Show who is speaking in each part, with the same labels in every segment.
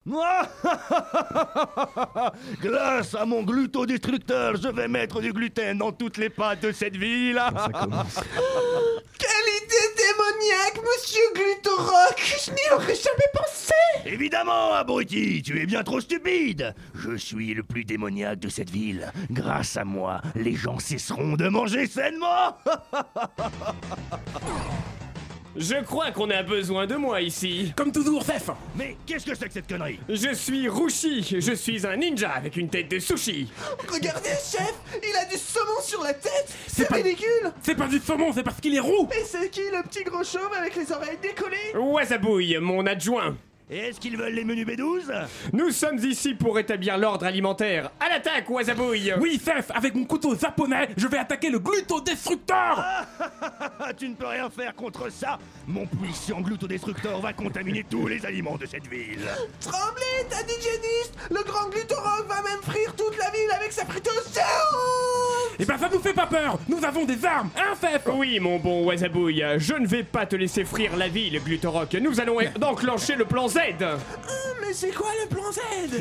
Speaker 1: Grâce à mon gluto-destructeur, je vais mettre du gluten dans toutes les pâtes de cette ville.
Speaker 2: Quelle idée démoniaque, monsieur Glutorock Je n'y aurais jamais pensé
Speaker 1: Évidemment, abruti, tu es bien trop stupide. Je suis le plus démoniaque de cette ville. Grâce à moi, les gens cesseront de manger sainement.
Speaker 3: Je crois qu'on a besoin de moi ici.
Speaker 4: Comme toujours, Fef
Speaker 1: Mais qu'est-ce que c'est que cette connerie
Speaker 3: Je suis Rushi, je suis un ninja avec une tête de sushi.
Speaker 2: Regardez, chef Il a du saumon sur la tête C'est
Speaker 4: pas-
Speaker 2: ridicule
Speaker 4: C'est pas du saumon, c'est parce qu'il est roux
Speaker 2: Et c'est qui le petit gros chauve avec les oreilles décollées
Speaker 3: Wasabouille, mon adjoint.
Speaker 1: Et est-ce qu'ils veulent les menus B12
Speaker 3: Nous sommes ici pour établir l'ordre alimentaire. À l'attaque, Wasabouille
Speaker 4: Oui, Fef, avec mon couteau japonais, je vais attaquer le gluto-destructeur
Speaker 1: Ah, tu ne peux rien faire contre ça Mon puissant glutodestructeur va contaminer tous les aliments de cette ville
Speaker 2: Tremblez, t'as dit géniste Le grand Glutorock va même frire toute la ville avec sa friteuse géante
Speaker 4: Eh ben, ça nous fait pas peur Nous avons des armes, hein, Fef
Speaker 3: Oui, mon bon Wasabouille, je ne vais pas te laisser frire la ville, Glutorock. Nous allons en- enclencher le plan Z.
Speaker 2: Hum, Mais c'est quoi le plan Z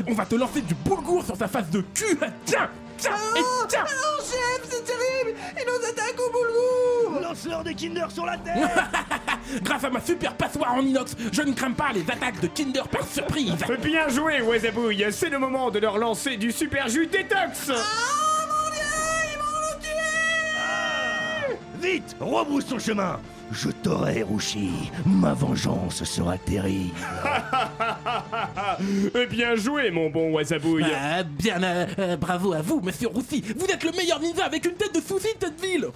Speaker 4: On va te lancer du boulgour sur ta face de cul Tiens Tiens Et
Speaker 2: Oh,
Speaker 4: tiens
Speaker 2: non, chef, c'est terrible Il nous attaque au boulgour
Speaker 1: Lance-leur des Kinder sur la tête
Speaker 4: Grâce à ma super passoire en inox, je ne crains pas les attaques de Kinder par surprise
Speaker 3: Eh Bien joué, Wasabouille. C'est le moment de leur lancer du super jus détox.
Speaker 1: Vite, rebrousse ton chemin Je t'aurai, Rushi Ma vengeance sera terrible
Speaker 3: Ah, Eh Bien joué, mon bon Wasabouille.
Speaker 4: Ah, bien, euh, euh, bravo à vous, monsieur Roussi. Vous êtes le meilleur ninja avec une tête de souci, tête ville.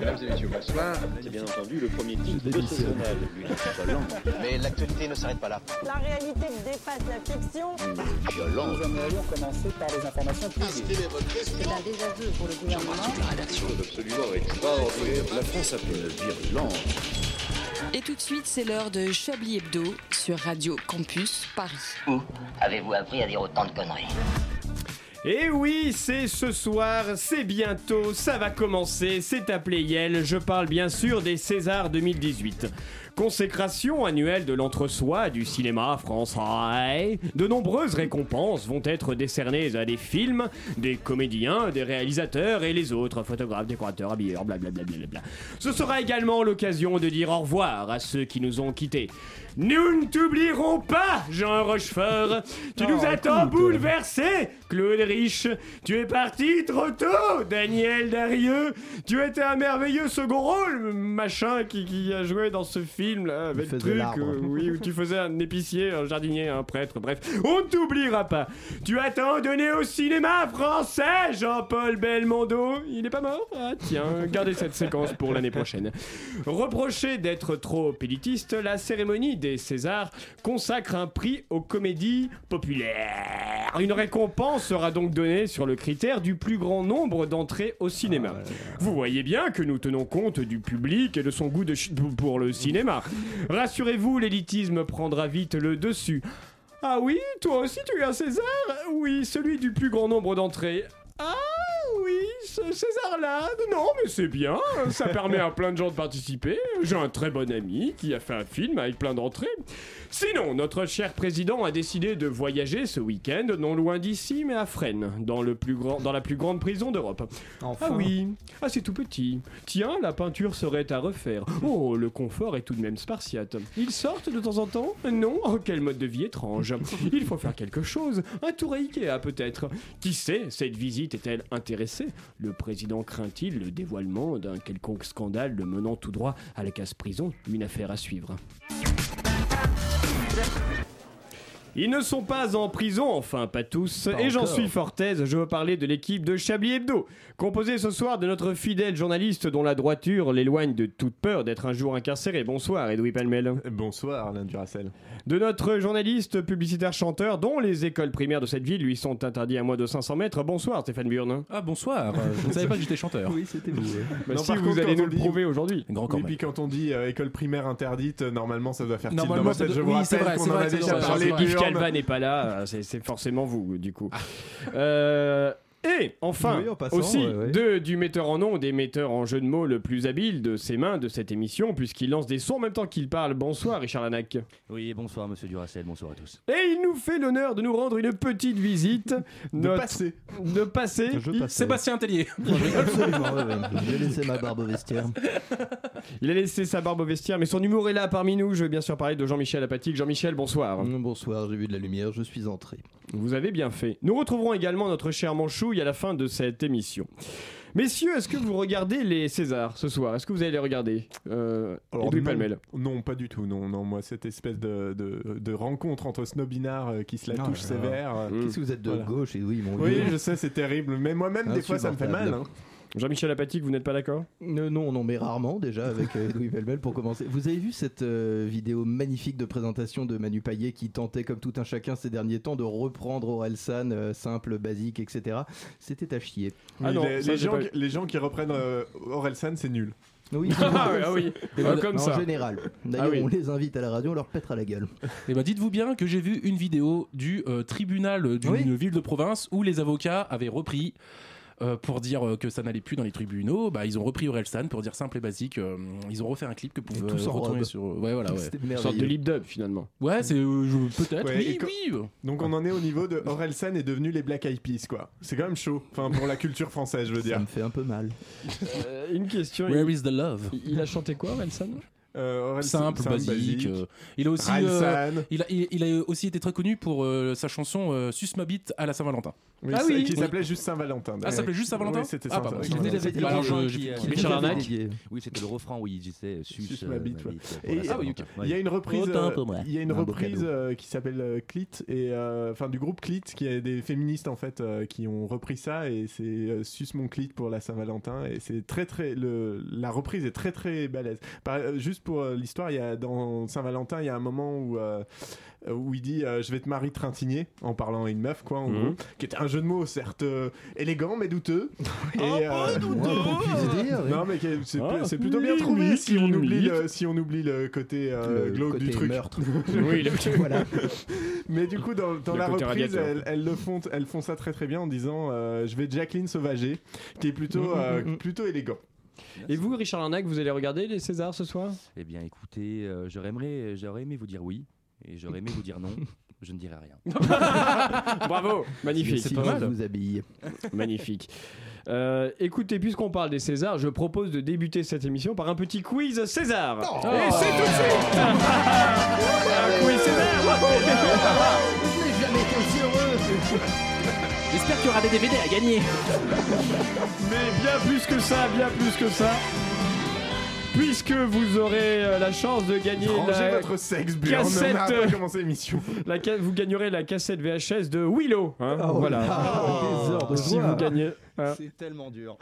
Speaker 5: Mesdames et messieurs, bonsoir. C'est bien entendu le premier titre de ce journal. Une affiche violente.
Speaker 6: Mais l'actualité ne s'arrête pas là.
Speaker 7: La réalité dépasse la fiction.
Speaker 6: Violente.
Speaker 7: C'est un désaveu pour le gouvernement.
Speaker 5: Absolument extraordinaire. La France a fait une violente.
Speaker 8: Et tout de suite, c'est l'heure de Chablis Hebdo sur Radio Campus Paris.
Speaker 6: Où avez-vous appris à dire autant de conneries
Speaker 3: Et oui, c'est ce soir, c'est bientôt, ça va commencer, c'est appelé Yel, je parle bien sûr des Césars 2018. Consécration annuelle de l'entre-soi du cinéma français, de nombreuses récompenses vont être décernées à des films, des comédiens, des réalisateurs et les autres, photographes, décorateurs, habilleurs, blablabla. blablabla. Ce sera également l'occasion de dire au revoir à ceux qui nous ont quittés. Nous ne t'oublierons pas, Jean Rochefort. Tu nous attends bouleversé, Claude Rich. Tu es parti trop tôt, Daniel Darieux. Tu étais un merveilleux second rôle, machin, qui, qui a joué dans ce film là, avec le truc, euh, oui, où tu faisais un épicier, un jardinier, un prêtre, bref. On ne t'oubliera pas. Tu as tant donné au cinéma français, Jean-Paul Belmondo. Il est pas mort Ah tiens, gardez cette séquence pour l'année prochaine. Reproché d'être trop élitiste, la cérémonie des Césars consacre un prix aux comédies populaires. Une récompense sera donc donnée sur le critère du plus grand nombre d'entrées au cinéma. Vous voyez bien que nous tenons compte du public et de son goût de ch- pour le cinéma. Rassurez-vous, l'élitisme prendra vite le dessus. Ah oui, toi aussi tu es un César Oui, celui du plus grand nombre d'entrées. Ah oui, ce César-là Non, mais c'est bien, ça permet à plein de gens de participer. J'ai un très bon ami qui a fait un film avec plein d'entrées. Sinon, notre cher président a décidé de voyager ce week-end, non loin d'ici, mais à Fresnes, dans, le plus grand, dans la plus grande prison d'Europe. Ah oui, ah c'est tout petit. Tiens, la peinture serait à refaire. Oh, le confort est tout de même spartiate. Ils sortent de temps en temps Non Oh, quel mode de vie étrange. Il faut faire quelque chose. Un tour à Ikea peut-être. Qui sait, cette visite est-elle intéressée Le président craint-il le dévoilement d'un quelconque scandale le menant tout droit à la casse-prison Une affaire à suivre. Ils ne sont pas en prison, enfin pas tous, et j'en suis fort aise, je veux parler de l'équipe de Chablis Hebdo, composée ce soir de notre fidèle journaliste dont la droiture l'éloigne de toute peur d'être un jour incarcéré. Bonsoir Edoui Palmel.
Speaker 9: Bonsoir Alain Duracel.
Speaker 3: De notre journaliste publicitaire chanteur dont les écoles primaires de cette ville lui sont interdites à moins de 500 mètres. Bonsoir Stéphane Burne.
Speaker 4: Ah bonsoir. Je ne savais pas que j'étais chanteur.
Speaker 9: Oui, c'était vous. euh,
Speaker 3: Bah,
Speaker 9: Non,
Speaker 3: si
Speaker 9: par
Speaker 3: vous
Speaker 9: contre,
Speaker 3: allez
Speaker 9: quand
Speaker 3: nous
Speaker 9: on
Speaker 3: le
Speaker 9: dit-
Speaker 3: prouver aujourd'hui.
Speaker 4: Grand
Speaker 9: Oui, puis quand on dit euh, école primaire interdite, euh, normalement ça doit faire tilt dans
Speaker 4: Normalement,
Speaker 9: ma
Speaker 4: ça
Speaker 9: tête. Je
Speaker 4: doit-
Speaker 9: vous
Speaker 4: oui, c'est
Speaker 9: rappelle
Speaker 4: vrai,
Speaker 9: qu'on
Speaker 4: c'est
Speaker 9: en
Speaker 4: vrai,
Speaker 9: a
Speaker 4: c'est
Speaker 9: déjà
Speaker 4: vrai,
Speaker 3: Quand
Speaker 4: Parler
Speaker 9: parlé.
Speaker 3: Yves
Speaker 9: Burn.
Speaker 4: Ah.
Speaker 3: Calva n'est pas là, c'est- c'est forcément vous du coup. Euh, Et enfin,
Speaker 10: Oui, en passant,
Speaker 3: aussi,
Speaker 10: ouais, ouais.
Speaker 3: de- du metteur en ondes et metteur en jeu de mots le plus habile de ses mains de cette émission, puisqu'il lance des sons en même temps qu'il parle. Bonsoir, Richard Lanac.
Speaker 1: Oui, bonsoir, monsieur Duracel, bonsoir à tous.
Speaker 3: Et il nous fait l'honneur de nous rendre une petite visite.
Speaker 9: De
Speaker 3: Notre-
Speaker 9: passer.
Speaker 3: De passer.
Speaker 10: Je
Speaker 3: Il-
Speaker 10: passe.
Speaker 4: Sébastien Tellier.
Speaker 10: Absolument, ouais, ouais. J'ai laissé ma barbe au vestiaire.
Speaker 3: Il a laissé sa barbe au vestiaire, mais son humour est là parmi nous. Je vais bien sûr parler de Jean-Michel Apatique. Jean-Michel, bonsoir.
Speaker 10: Mm, Bonsoir, j'ai vu de la lumière, je suis entré.
Speaker 3: Vous avez bien fait. Nous retrouverons également notre cher Manchouille à la fin de cette émission. Messieurs, est-ce que vous regardez les Césars ce soir Est-ce que vous allez les regarder euh,
Speaker 9: Alors,
Speaker 3: Edoui
Speaker 9: non.
Speaker 3: Palmel.
Speaker 9: Non, pas du tout. Non, non, moi, cette espèce de, de, de rencontre entre snobinards euh, qui se la
Speaker 10: Ah,
Speaker 9: touche
Speaker 10: là, là.
Speaker 9: sévère. euh,
Speaker 4: Mmh.
Speaker 3: Mm.
Speaker 10: Qu'est-ce que vous êtes de
Speaker 9: Voilà.
Speaker 10: gauche et oui, mon
Speaker 9: Oui,
Speaker 10: vieux.
Speaker 9: je sais, c'est terrible. Mais moi-même, des fois, ça me fait mal. hein.
Speaker 3: Jean-Michel Apatique, vous n'êtes pas d'accord
Speaker 10: Euh, Non, non, mais rarement déjà avec euh, Louis Velmel pour commencer. Vous avez vu cette euh, vidéo magnifique de présentation de Manu Payet qui tentait, comme tout un chacun ces derniers temps, de reprendre Orelsan, euh, simple, basique, etc. C'était à chier.
Speaker 3: Ah
Speaker 9: Oui,
Speaker 3: non,
Speaker 9: les,
Speaker 3: ça,
Speaker 9: les
Speaker 3: j'ai
Speaker 9: gens,
Speaker 3: pas-
Speaker 9: qui- les gens qui reprennent euh, Orelsan, c'est nul.
Speaker 10: Oui,
Speaker 3: Ah ouais, ah oui,
Speaker 10: Et
Speaker 3: Ah,
Speaker 10: le-
Speaker 3: comme
Speaker 10: en
Speaker 3: ça.
Speaker 10: général. D'ailleurs,
Speaker 3: Ah oui.
Speaker 10: on les invite à la radio, on leur pètera la gueule.
Speaker 4: Eh ben, dites-vous bien que j'ai vu une vidéo du euh, tribunal d'une
Speaker 10: Oui.
Speaker 4: ville de province où les avocats avaient repris. euh, pour dire euh, que ça n'allait plus dans les tribunaux, bah, ils ont repris Orelsan pour dire simple et basique. euh, ils ont refait un clip que pouvait
Speaker 10: tous en
Speaker 4: retourner
Speaker 10: robe.
Speaker 4: sur. euh, Ouais, voilà, ouais.
Speaker 10: C'était
Speaker 3: Une sorte de
Speaker 10: merveilleux.
Speaker 3: lip-dub finalement.
Speaker 4: Ouais, c'est euh, je- peut-être.
Speaker 9: Ouais, et
Speaker 4: oui,
Speaker 9: co-
Speaker 4: oui.
Speaker 9: Donc on en est au niveau de Orelsan est devenu les Black Eyed Peas, quoi. C'est quand même chaud. Enfin, pour la culture française, je veux
Speaker 10: Ça
Speaker 9: dire.
Speaker 10: me fait un peu mal.
Speaker 3: Euh, une question.
Speaker 4: Where is the love?
Speaker 3: Il, il a chanté quoi, Relsan
Speaker 9: Euh, Orelsan,
Speaker 4: Simple,
Speaker 9: Sam,
Speaker 4: basique. euh, il a aussi. euh,
Speaker 9: Orelsan.
Speaker 4: Il a, il- il a aussi été très connu pour euh, sa chanson euh, Suce ma bite à la Saint-Valentin.
Speaker 9: Oui,
Speaker 3: Ah
Speaker 9: c'est-
Speaker 3: oui.
Speaker 9: Qui
Speaker 4: Oui.
Speaker 9: s'appelait juste Saint-Valentin.
Speaker 4: Ah, ça s'appelait
Speaker 9: d'ailleurs.
Speaker 4: juste Saint-Valentin
Speaker 9: Oui, c'était
Speaker 4: Ah,
Speaker 9: Saint-
Speaker 4: pardon.
Speaker 9: oui,
Speaker 4: Je
Speaker 9: Saint-Valentin.
Speaker 4: les avais dit. Alors, je- j'ai-
Speaker 10: Qui
Speaker 3: Richard
Speaker 10: nous avait
Speaker 3: Larnac.
Speaker 10: dédié.
Speaker 1: Oui, c'était le refrain où il disait
Speaker 9: Suce ma bite, ouais.
Speaker 1: euh, pour la
Speaker 9: Et- ah
Speaker 1: Saint-Valentin.
Speaker 9: Il y a une reprise,
Speaker 4: Autant
Speaker 9: euh,
Speaker 4: pour moi.
Speaker 9: il y a une
Speaker 10: Un beau
Speaker 9: reprise
Speaker 10: cadeau.
Speaker 9: euh, qui s'appelle euh, Clit et euh, enfin du groupe Clit qui est des féministes en fait euh, qui ont repris ça et c'est euh, suce mon Clit pour la Saint-Valentin et c'est très très le la reprise est très très balèze. Par- euh, juste pour euh, l'histoire, il y a dans Saint-Valentin il y a un moment où euh, où il dit euh, je vais te marier trintigner en parlant à une meuf quoi en
Speaker 3: Mhm.
Speaker 9: gros qui est un jeu de mots certes euh, élégant mais douteux. Et, euh,
Speaker 10: Moins qu'on puisse dire.
Speaker 9: non mais qui est- c'est
Speaker 3: Ah,
Speaker 9: c'est plutôt bien
Speaker 3: limite,
Speaker 9: trouvé si on oublie
Speaker 3: limite.
Speaker 9: le, si on oublie le côté euh,
Speaker 10: Le
Speaker 9: glauque
Speaker 10: côté
Speaker 9: du truc.
Speaker 10: meurtre.
Speaker 3: Oui, le-
Speaker 10: voilà.
Speaker 9: Mais du coup, dans, dans
Speaker 3: Le
Speaker 9: la
Speaker 3: côté
Speaker 9: reprise,
Speaker 3: radiateur.
Speaker 9: elles, elles le font, elles font ça très très bien en disant euh, Je vais Jacqueline Sauvager, qui est
Speaker 10: Mm,
Speaker 9: plutôt, euh, plutôt élégant.
Speaker 3: Et vous, Richard Larnac, vous allez regarder les Césars ce soir
Speaker 1: Eh bien, écoutez, euh, j'aurais aimé, j'aurais aimé vous dire oui, et j'aurais aimé vous dire non. Je ne dirai rien.
Speaker 3: Bravo, magnifique.
Speaker 10: Si vous vous habillez.
Speaker 3: Magnifique. Euh, écoutez, puisqu'on parle des Césars, je propose de débuter cette émission par un petit quiz César. Et c'est tout de suite Un quiz César
Speaker 10: Je n'ai jamais été aussi heureux.
Speaker 4: J'espère qu'il y aura des DVD à gagner.
Speaker 3: Mais bien plus que ça, bien plus que ça. Puisque vous aurez euh, la chance de gagner
Speaker 9: Rangez
Speaker 3: la,
Speaker 9: votre sexe, Björn.
Speaker 3: cassette,
Speaker 9: On a
Speaker 3: euh,
Speaker 9: pas commencé l'émission.
Speaker 3: la ca- vous gagnerez la cassette VHS de Willow. hein,
Speaker 9: Oh,
Speaker 3: voilà.
Speaker 10: Ah, des heures de
Speaker 3: Si
Speaker 10: joie. Ah.
Speaker 3: vous gagnez. hein.
Speaker 10: C'est tellement dur.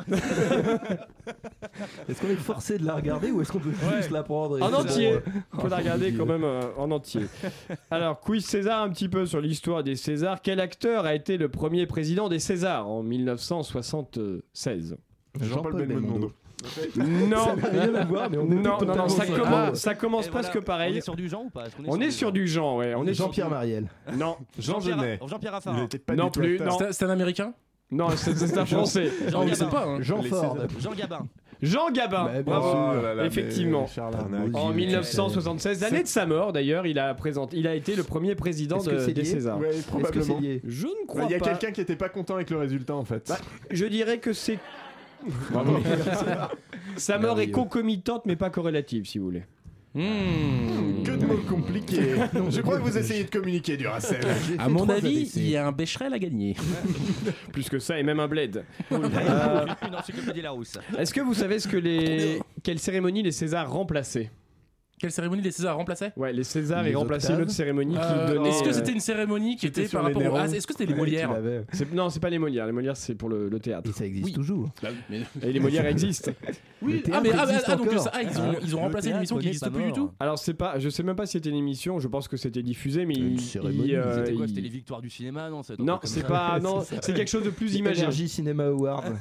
Speaker 10: est-ce qu'on est forcé de la regarder ou est-ce qu'on peut juste la prendre et
Speaker 3: En
Speaker 10: c'est bon,
Speaker 3: entier.
Speaker 10: euh,
Speaker 3: Faut la regarder quand même euh, en entier. Alors, quiz César, un petit peu sur l'histoire des Césars. Quel acteur a été le premier président des Césars en 1976
Speaker 9: Jean-Paul Belmondo.
Speaker 3: Non,
Speaker 10: Rien à voir, mais on est
Speaker 3: non, non, non,
Speaker 10: totalement
Speaker 3: ça
Speaker 10: sur-
Speaker 3: commence, ça commence
Speaker 1: Et
Speaker 3: presque
Speaker 1: voilà, On
Speaker 3: pareil.
Speaker 1: est sur du genre ou pas Est-ce qu'on
Speaker 3: On est sur du genre, ouais. On est sur-
Speaker 10: Jean-Pierre Mariel.
Speaker 3: Non,
Speaker 9: Jean Genet.
Speaker 1: Jean-Pierre Jean-Pierre
Speaker 9: Il
Speaker 1: Raffarin.
Speaker 9: n'était pas
Speaker 3: Non
Speaker 9: du tout
Speaker 3: plus,
Speaker 9: acteur.
Speaker 3: non.
Speaker 4: C'est c'est un américain
Speaker 3: non, c'est c'est un français.
Speaker 4: On ne
Speaker 1: Gabin.
Speaker 4: sait pas. hein.
Speaker 10: Jean
Speaker 9: Les
Speaker 10: Ford.
Speaker 9: Césars.
Speaker 1: Jean Gabin.
Speaker 3: Jean Gabin,
Speaker 10: Bah, bien
Speaker 3: bravo.
Speaker 10: sûr.
Speaker 9: Oh là là,
Speaker 3: Effectivement.
Speaker 9: mais Charles Arnac.
Speaker 10: Oh,
Speaker 3: En
Speaker 10: Dieu.
Speaker 3: 1976, année de sa mort d'ailleurs, il a, présenté, il a été le premier président de-
Speaker 10: Est-ce que c'est
Speaker 3: des
Speaker 10: lié
Speaker 3: Césars.
Speaker 9: Ouais,
Speaker 10: Est-ce que c'est
Speaker 9: probablement. Bah,
Speaker 10: lié
Speaker 3: Je ne crois
Speaker 9: Il y a
Speaker 3: pas. Bah,
Speaker 9: quelqu'un qui n'était pas content avec le résultat en fait.
Speaker 3: Je dirais que c'est. Sa
Speaker 10: Bah
Speaker 3: mort est concomitante mais pas corrélative, si vous voulez.
Speaker 4: Hmm.
Speaker 9: Que de mots compliqués. Je crois que vous essayez de communiquer, Duracell.
Speaker 10: J'ai
Speaker 4: À
Speaker 10: fait
Speaker 4: mon
Speaker 10: trois
Speaker 4: avis,
Speaker 10: AVC.
Speaker 4: il y a un Becherel à gagner.
Speaker 3: Plus que ça, et même un bled.
Speaker 1: Euh, Une encyclopédie Larousse.
Speaker 3: Est-ce que vous savez ce que les... quelle cérémonie les Césars remplaçaient
Speaker 4: Quelle cérémonie les Césars remplaçaient
Speaker 3: Ouais, les Césars,
Speaker 10: Les
Speaker 3: ils remplaçaient une
Speaker 10: octaves
Speaker 3: autre cérémonie
Speaker 4: Euh,
Speaker 3: qui donnait.
Speaker 4: Est-ce que
Speaker 3: euh,
Speaker 4: c'était une cérémonie qui
Speaker 9: c'était
Speaker 4: était
Speaker 9: sur
Speaker 4: par
Speaker 9: les
Speaker 4: rapport au.
Speaker 9: Nérons.
Speaker 4: Ah, Est-ce que c'était les
Speaker 10: Ouais, tu
Speaker 4: Molières
Speaker 10: l'avais.
Speaker 3: c'est- Non, c'est pas les Molières. Les Molières, c'est pour le, le théâtre.
Speaker 10: Et ça existe
Speaker 4: Oui.
Speaker 10: toujours.
Speaker 3: Et les Molières existent.
Speaker 10: Oui,
Speaker 4: Bah, Ah, mais ah, ah, ah, donc
Speaker 10: encore.
Speaker 4: ça, ah, ils ont, ils ont remplacé une émission qui n'existe plus du tout.
Speaker 3: Alors, c'est pas, je sais même pas si c'était une émission. Je pense que c'était diffusé, mais
Speaker 10: Une
Speaker 3: il-
Speaker 10: cérémonie,
Speaker 3: il, euh,
Speaker 1: C'était quoi
Speaker 3: il-
Speaker 1: C'était les victoires du cinéma Non, c'est un truc
Speaker 3: Non,
Speaker 1: comme
Speaker 3: c'est
Speaker 1: ça.
Speaker 3: pas. Non,
Speaker 10: C'est ça.
Speaker 3: c'est quelque chose de plus imagé.
Speaker 10: Énergie Cinéma Award.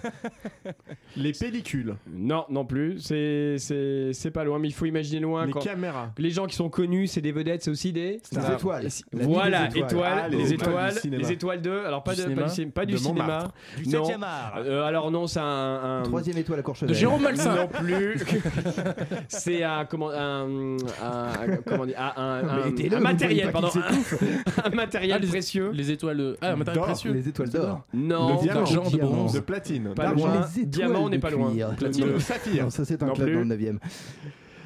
Speaker 9: Les pellicules.
Speaker 3: Non, non plus. C'est, c'est, c'est pas loin, mais il faut imaginer loin.
Speaker 9: Les
Speaker 3: quand-
Speaker 9: caméra.
Speaker 3: Les gens qui sont connus, c'est des vedettes, c'est aussi des.
Speaker 10: Des
Speaker 9: Stars.
Speaker 10: étoiles.
Speaker 9: La vie
Speaker 3: Voilà,
Speaker 9: des
Speaker 3: étoiles,
Speaker 9: Ah,
Speaker 3: les étoiles,
Speaker 9: du cinéma.
Speaker 3: les étoiles 2. Alors pas,
Speaker 4: Du
Speaker 3: de, pas
Speaker 4: cinéma
Speaker 3: du, cin- pas
Speaker 9: De
Speaker 3: du cinéma.
Speaker 9: Montmartre.
Speaker 1: Du
Speaker 3: Non.
Speaker 1: 7 art.
Speaker 3: Euh, alors non, c'est un. un-
Speaker 10: Troisième étoile à Courchevel.
Speaker 4: De Jérôme Malsain.
Speaker 3: Non plus. c'est un comment un, un- comment dire un, un-
Speaker 10: Mais
Speaker 3: un-
Speaker 10: aidez-le,
Speaker 3: un
Speaker 10: vous
Speaker 3: matériel
Speaker 10: voyez pas
Speaker 3: pardon
Speaker 10: qu'il
Speaker 3: un, un matériel
Speaker 4: Ah, les-
Speaker 3: précieux.
Speaker 4: Les étoiles. de- Ah, un matériel
Speaker 9: D'or,
Speaker 4: précieux.
Speaker 10: Les étoiles d'or.
Speaker 3: Non,
Speaker 9: Le diamant.
Speaker 4: d'argent, de
Speaker 10: Diamant.
Speaker 4: bronze.
Speaker 9: De platine.
Speaker 3: Pas
Speaker 9: d'argent,
Speaker 3: loin.
Speaker 10: Les étoiles
Speaker 3: Diamant, on
Speaker 10: de
Speaker 3: n'est pas loin.
Speaker 10: cuir.
Speaker 3: Platine.
Speaker 9: de saphir.
Speaker 10: Non, ça c'est un
Speaker 3: Non
Speaker 10: club
Speaker 3: plus.
Speaker 10: dans le 9ème.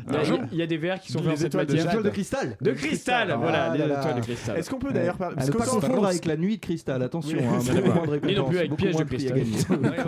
Speaker 3: Il y a- il y a des verres qui sont
Speaker 9: Ah Les
Speaker 3: faits en cette
Speaker 9: étoiles de
Speaker 3: matière.
Speaker 10: Étoile de cristal
Speaker 3: De cristal,
Speaker 9: Ah
Speaker 3: voilà, les
Speaker 10: là là.
Speaker 3: étoiles de cristal.
Speaker 9: Est-ce qu'on peut d'ailleurs parler
Speaker 10: À ne pas
Speaker 9: qu'autant-
Speaker 10: confondre avec la nuit de cristal, attention.
Speaker 9: Oui,
Speaker 10: hein,
Speaker 9: c'est
Speaker 10: beaucoup
Speaker 9: vrai.
Speaker 10: moins de
Speaker 3: Ni non plus
Speaker 10: récompenses,
Speaker 3: avec
Speaker 10: beaucoup
Speaker 3: piège
Speaker 10: moins
Speaker 3: de
Speaker 10: prix à
Speaker 3: cristal.
Speaker 10: gagner.
Speaker 1: Oui,